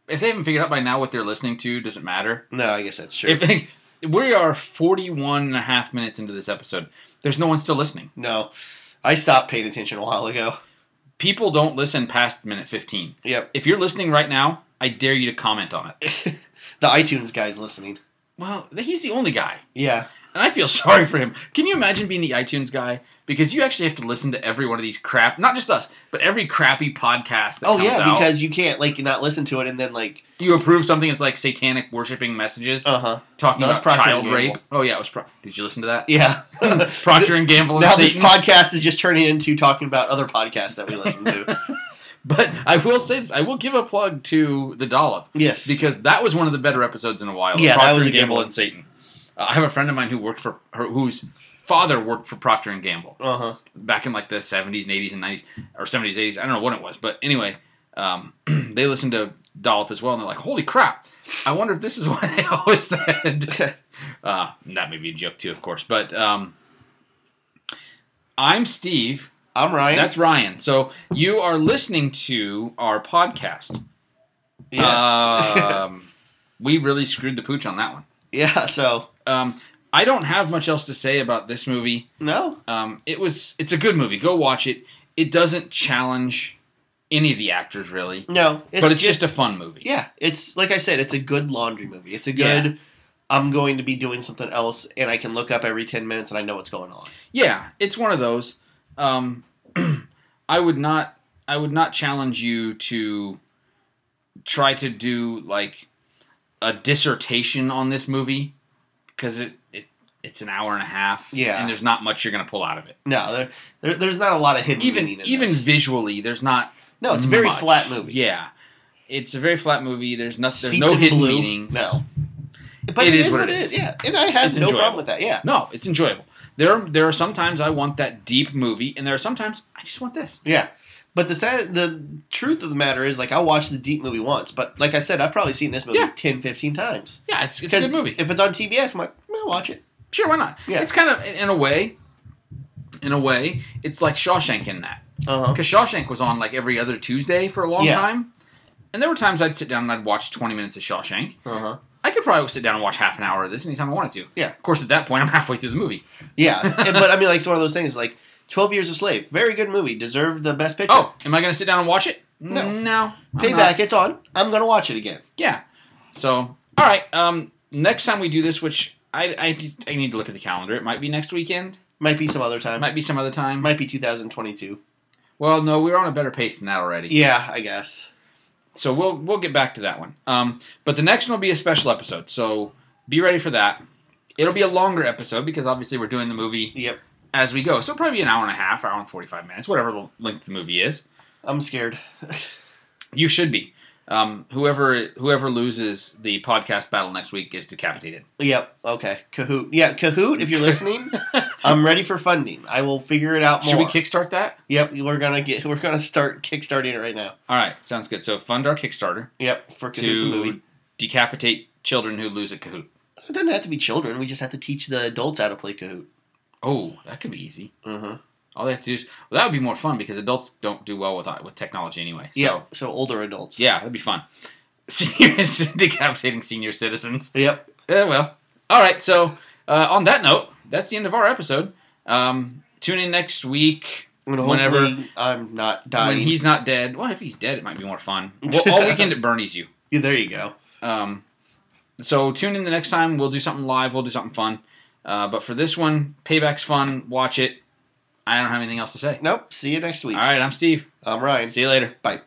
Speaker 1: if they haven't figured out by now what they're listening to, doesn't matter.
Speaker 2: no, I guess that's true.
Speaker 1: If, we are 41 and a half minutes into this episode. There's no one still listening.
Speaker 2: no, I stopped paying attention a while ago.
Speaker 1: People don't listen past minute 15.
Speaker 2: Yep.
Speaker 1: If you're listening right now, I dare you to comment on it.
Speaker 2: The iTunes guy's listening.
Speaker 1: Well, he's the only guy.
Speaker 2: Yeah.
Speaker 1: And I feel sorry for him. Can you imagine being the iTunes guy? Because you actually have to listen to every one of these crap, not just us, but every crappy podcast that
Speaker 2: Oh
Speaker 1: comes
Speaker 2: yeah,
Speaker 1: out.
Speaker 2: because you can't like not listen to it and then like
Speaker 1: you approve something that's like satanic worshiping messages
Speaker 2: uh huh.
Speaker 1: talking
Speaker 2: no, that's
Speaker 1: about
Speaker 2: Procter
Speaker 1: child
Speaker 2: and
Speaker 1: rape.
Speaker 2: Gamble.
Speaker 1: Oh yeah, it was Pro- Did you listen to that?
Speaker 2: Yeah.
Speaker 1: Procter and Gamble and
Speaker 2: now this
Speaker 1: Satan.
Speaker 2: podcast is just turning into talking about other podcasts that we listen to.
Speaker 1: But I will say this: I will give a plug to the dollop
Speaker 2: yes.
Speaker 1: because that was one of the better episodes in a while.
Speaker 2: Yeah, that
Speaker 1: Procter
Speaker 2: was
Speaker 1: and
Speaker 2: a good
Speaker 1: Gamble
Speaker 2: one.
Speaker 1: and Satan. Uh, I have a friend of mine who worked for her, whose father worked for Procter and Gamble
Speaker 2: uh huh.
Speaker 1: back in like the seventies and eighties and nineties or seventies eighties. I don't know what it was, but anyway, um, they listened to dollop as well, and they're like, "Holy crap! I wonder if this is why they always said." uh, that may be a joke too, of course, but. Um, I'm Steve.
Speaker 2: I'm Ryan.
Speaker 1: That's Ryan. So you are listening to our podcast.
Speaker 2: yes.
Speaker 1: Um, we really screwed the pooch on that one.
Speaker 2: yeah. So
Speaker 1: Um, I don't have much else to say about this movie.
Speaker 2: no.
Speaker 1: Um, it was it's a good movie. Go watch it. It doesn't challenge any of the actors really,
Speaker 2: No. It's
Speaker 1: but it's just, a fun movie.
Speaker 2: yeah. It's like I said. It's a good laundry movie. It's a
Speaker 1: Yeah.
Speaker 2: good. I'm going to be doing something else, and I can look up every ten minutes, and I know what's going on.
Speaker 1: Yeah, it's one of those. Um, I would not. I would not challenge you to try to do like a dissertation on this movie because it, it it's an hour and a half.
Speaker 2: Yeah.
Speaker 1: and there's not much you're gonna pull out of it.
Speaker 2: No, there, there there's not a lot of hidden
Speaker 1: Even
Speaker 2: meaning in
Speaker 1: even
Speaker 2: this.
Speaker 1: visually, there's not.
Speaker 2: No, it's a very
Speaker 1: much.
Speaker 2: flat movie.
Speaker 1: Yeah, it's a very flat movie. There's no there's
Speaker 2: Seeped
Speaker 1: no
Speaker 2: in
Speaker 1: hidden
Speaker 2: blue.
Speaker 1: meanings.
Speaker 2: No. But it is, what it is. Yeah, and I have
Speaker 1: It's
Speaker 2: no
Speaker 1: enjoyable.
Speaker 2: problem with that. Yeah.
Speaker 1: no, it's enjoyable. There are, there are sometimes I want that deep movie, and there are sometimes I just want this.
Speaker 2: Yeah. But the sad, the truth of the matter is, like, I watched the Deep movie once, but like I said, I've probably seen this movie
Speaker 1: Yeah.
Speaker 2: 10, 15 times.
Speaker 1: Yeah, it's it's a good
Speaker 2: 'Cause
Speaker 1: movie.
Speaker 2: If it's on TBS, I'm like, I'll watch it.
Speaker 1: Sure, why not?
Speaker 2: Yeah.
Speaker 1: It's kind of in a way, in a way, it's like Shawshank in that
Speaker 2: Uh huh.
Speaker 1: because Shawshank was on like every other Tuesday for a long
Speaker 2: Yeah.
Speaker 1: time, and there were times I'd sit down and I'd watch twenty minutes of Shawshank.
Speaker 2: Uh huh.
Speaker 1: I could probably sit down and watch half an hour of this anytime I wanted to.
Speaker 2: Yeah.
Speaker 1: Of course, at that point, I'm halfway through the movie.
Speaker 2: Yeah. And- but I mean, like, it's one of those things, like, 12 Years a Slave, very good movie, deserved the best picture.
Speaker 1: Oh, am I going to sit down and watch it?
Speaker 2: No.
Speaker 1: Mm, no. I'm not.
Speaker 2: Payback, it's on. I'm going to watch it again.
Speaker 1: Yeah. So, all right. Um, next time we do this, which I, I I need to look at the calendar. It might be next weekend.
Speaker 2: Might be some other time.
Speaker 1: It
Speaker 2: Might,
Speaker 1: might be some other time.
Speaker 2: be 2022.
Speaker 1: Well, no, we were on a better pace than that already.
Speaker 2: Yeah, I guess.
Speaker 1: So we'll we'll get back to that one. Um, but the next one will be a special episode. So be ready for that. It'll be a longer episode because obviously we're doing the movie
Speaker 2: Yep.
Speaker 1: as we go. So probably an hour and a half, hour and 45 minutes, whatever the length the movie is.
Speaker 2: I'm scared.
Speaker 1: You should be. Um, whoever whoever loses the podcast battle next week is decapitated.
Speaker 2: Yep. Okay. Kahoot. Yeah, Kahoot. If you're listening, I'm ready for funding. I will figure it out more.
Speaker 1: Should we kickstart that?
Speaker 2: Yep. We're gonna get. We're gonna start kickstarting it right now.
Speaker 1: All right, sounds good. So fund our Kickstarter
Speaker 2: Yep. For Kahoot the
Speaker 1: to
Speaker 2: movie.
Speaker 1: decapitate children who lose a Kahoot.
Speaker 2: It doesn't have to be children. We just have to teach the adults how to play Kahoot.
Speaker 1: Oh, that could be easy.
Speaker 2: Mm-hmm.
Speaker 1: All they have to do is well, that would be more fun because adults don't do well with with technology anyway. So,
Speaker 2: Yeah. So older adults.
Speaker 1: yeah, that'd be fun. Seniors decapitating senior citizens.
Speaker 2: Yep.
Speaker 1: Yeah, well. All right. So uh, on that note, that's the end of our episode. Um, tune in next week
Speaker 2: And
Speaker 1: Whenever-
Speaker 2: hopefully I'm not dying.
Speaker 1: when he's not dead. Well, if he's dead, it might be more fun. Well, all weekend at Bernie's you.
Speaker 2: Yeah, there you go.
Speaker 1: Um, so tune in the next time. We'll do something live. We'll do something fun. Uh, but for this one, payback's fun. Watch it. I don't have anything else to say.
Speaker 2: Nope. See you next week.
Speaker 1: All right. I'm Steve.
Speaker 2: I'm Ryan.
Speaker 1: See you later.
Speaker 2: Bye.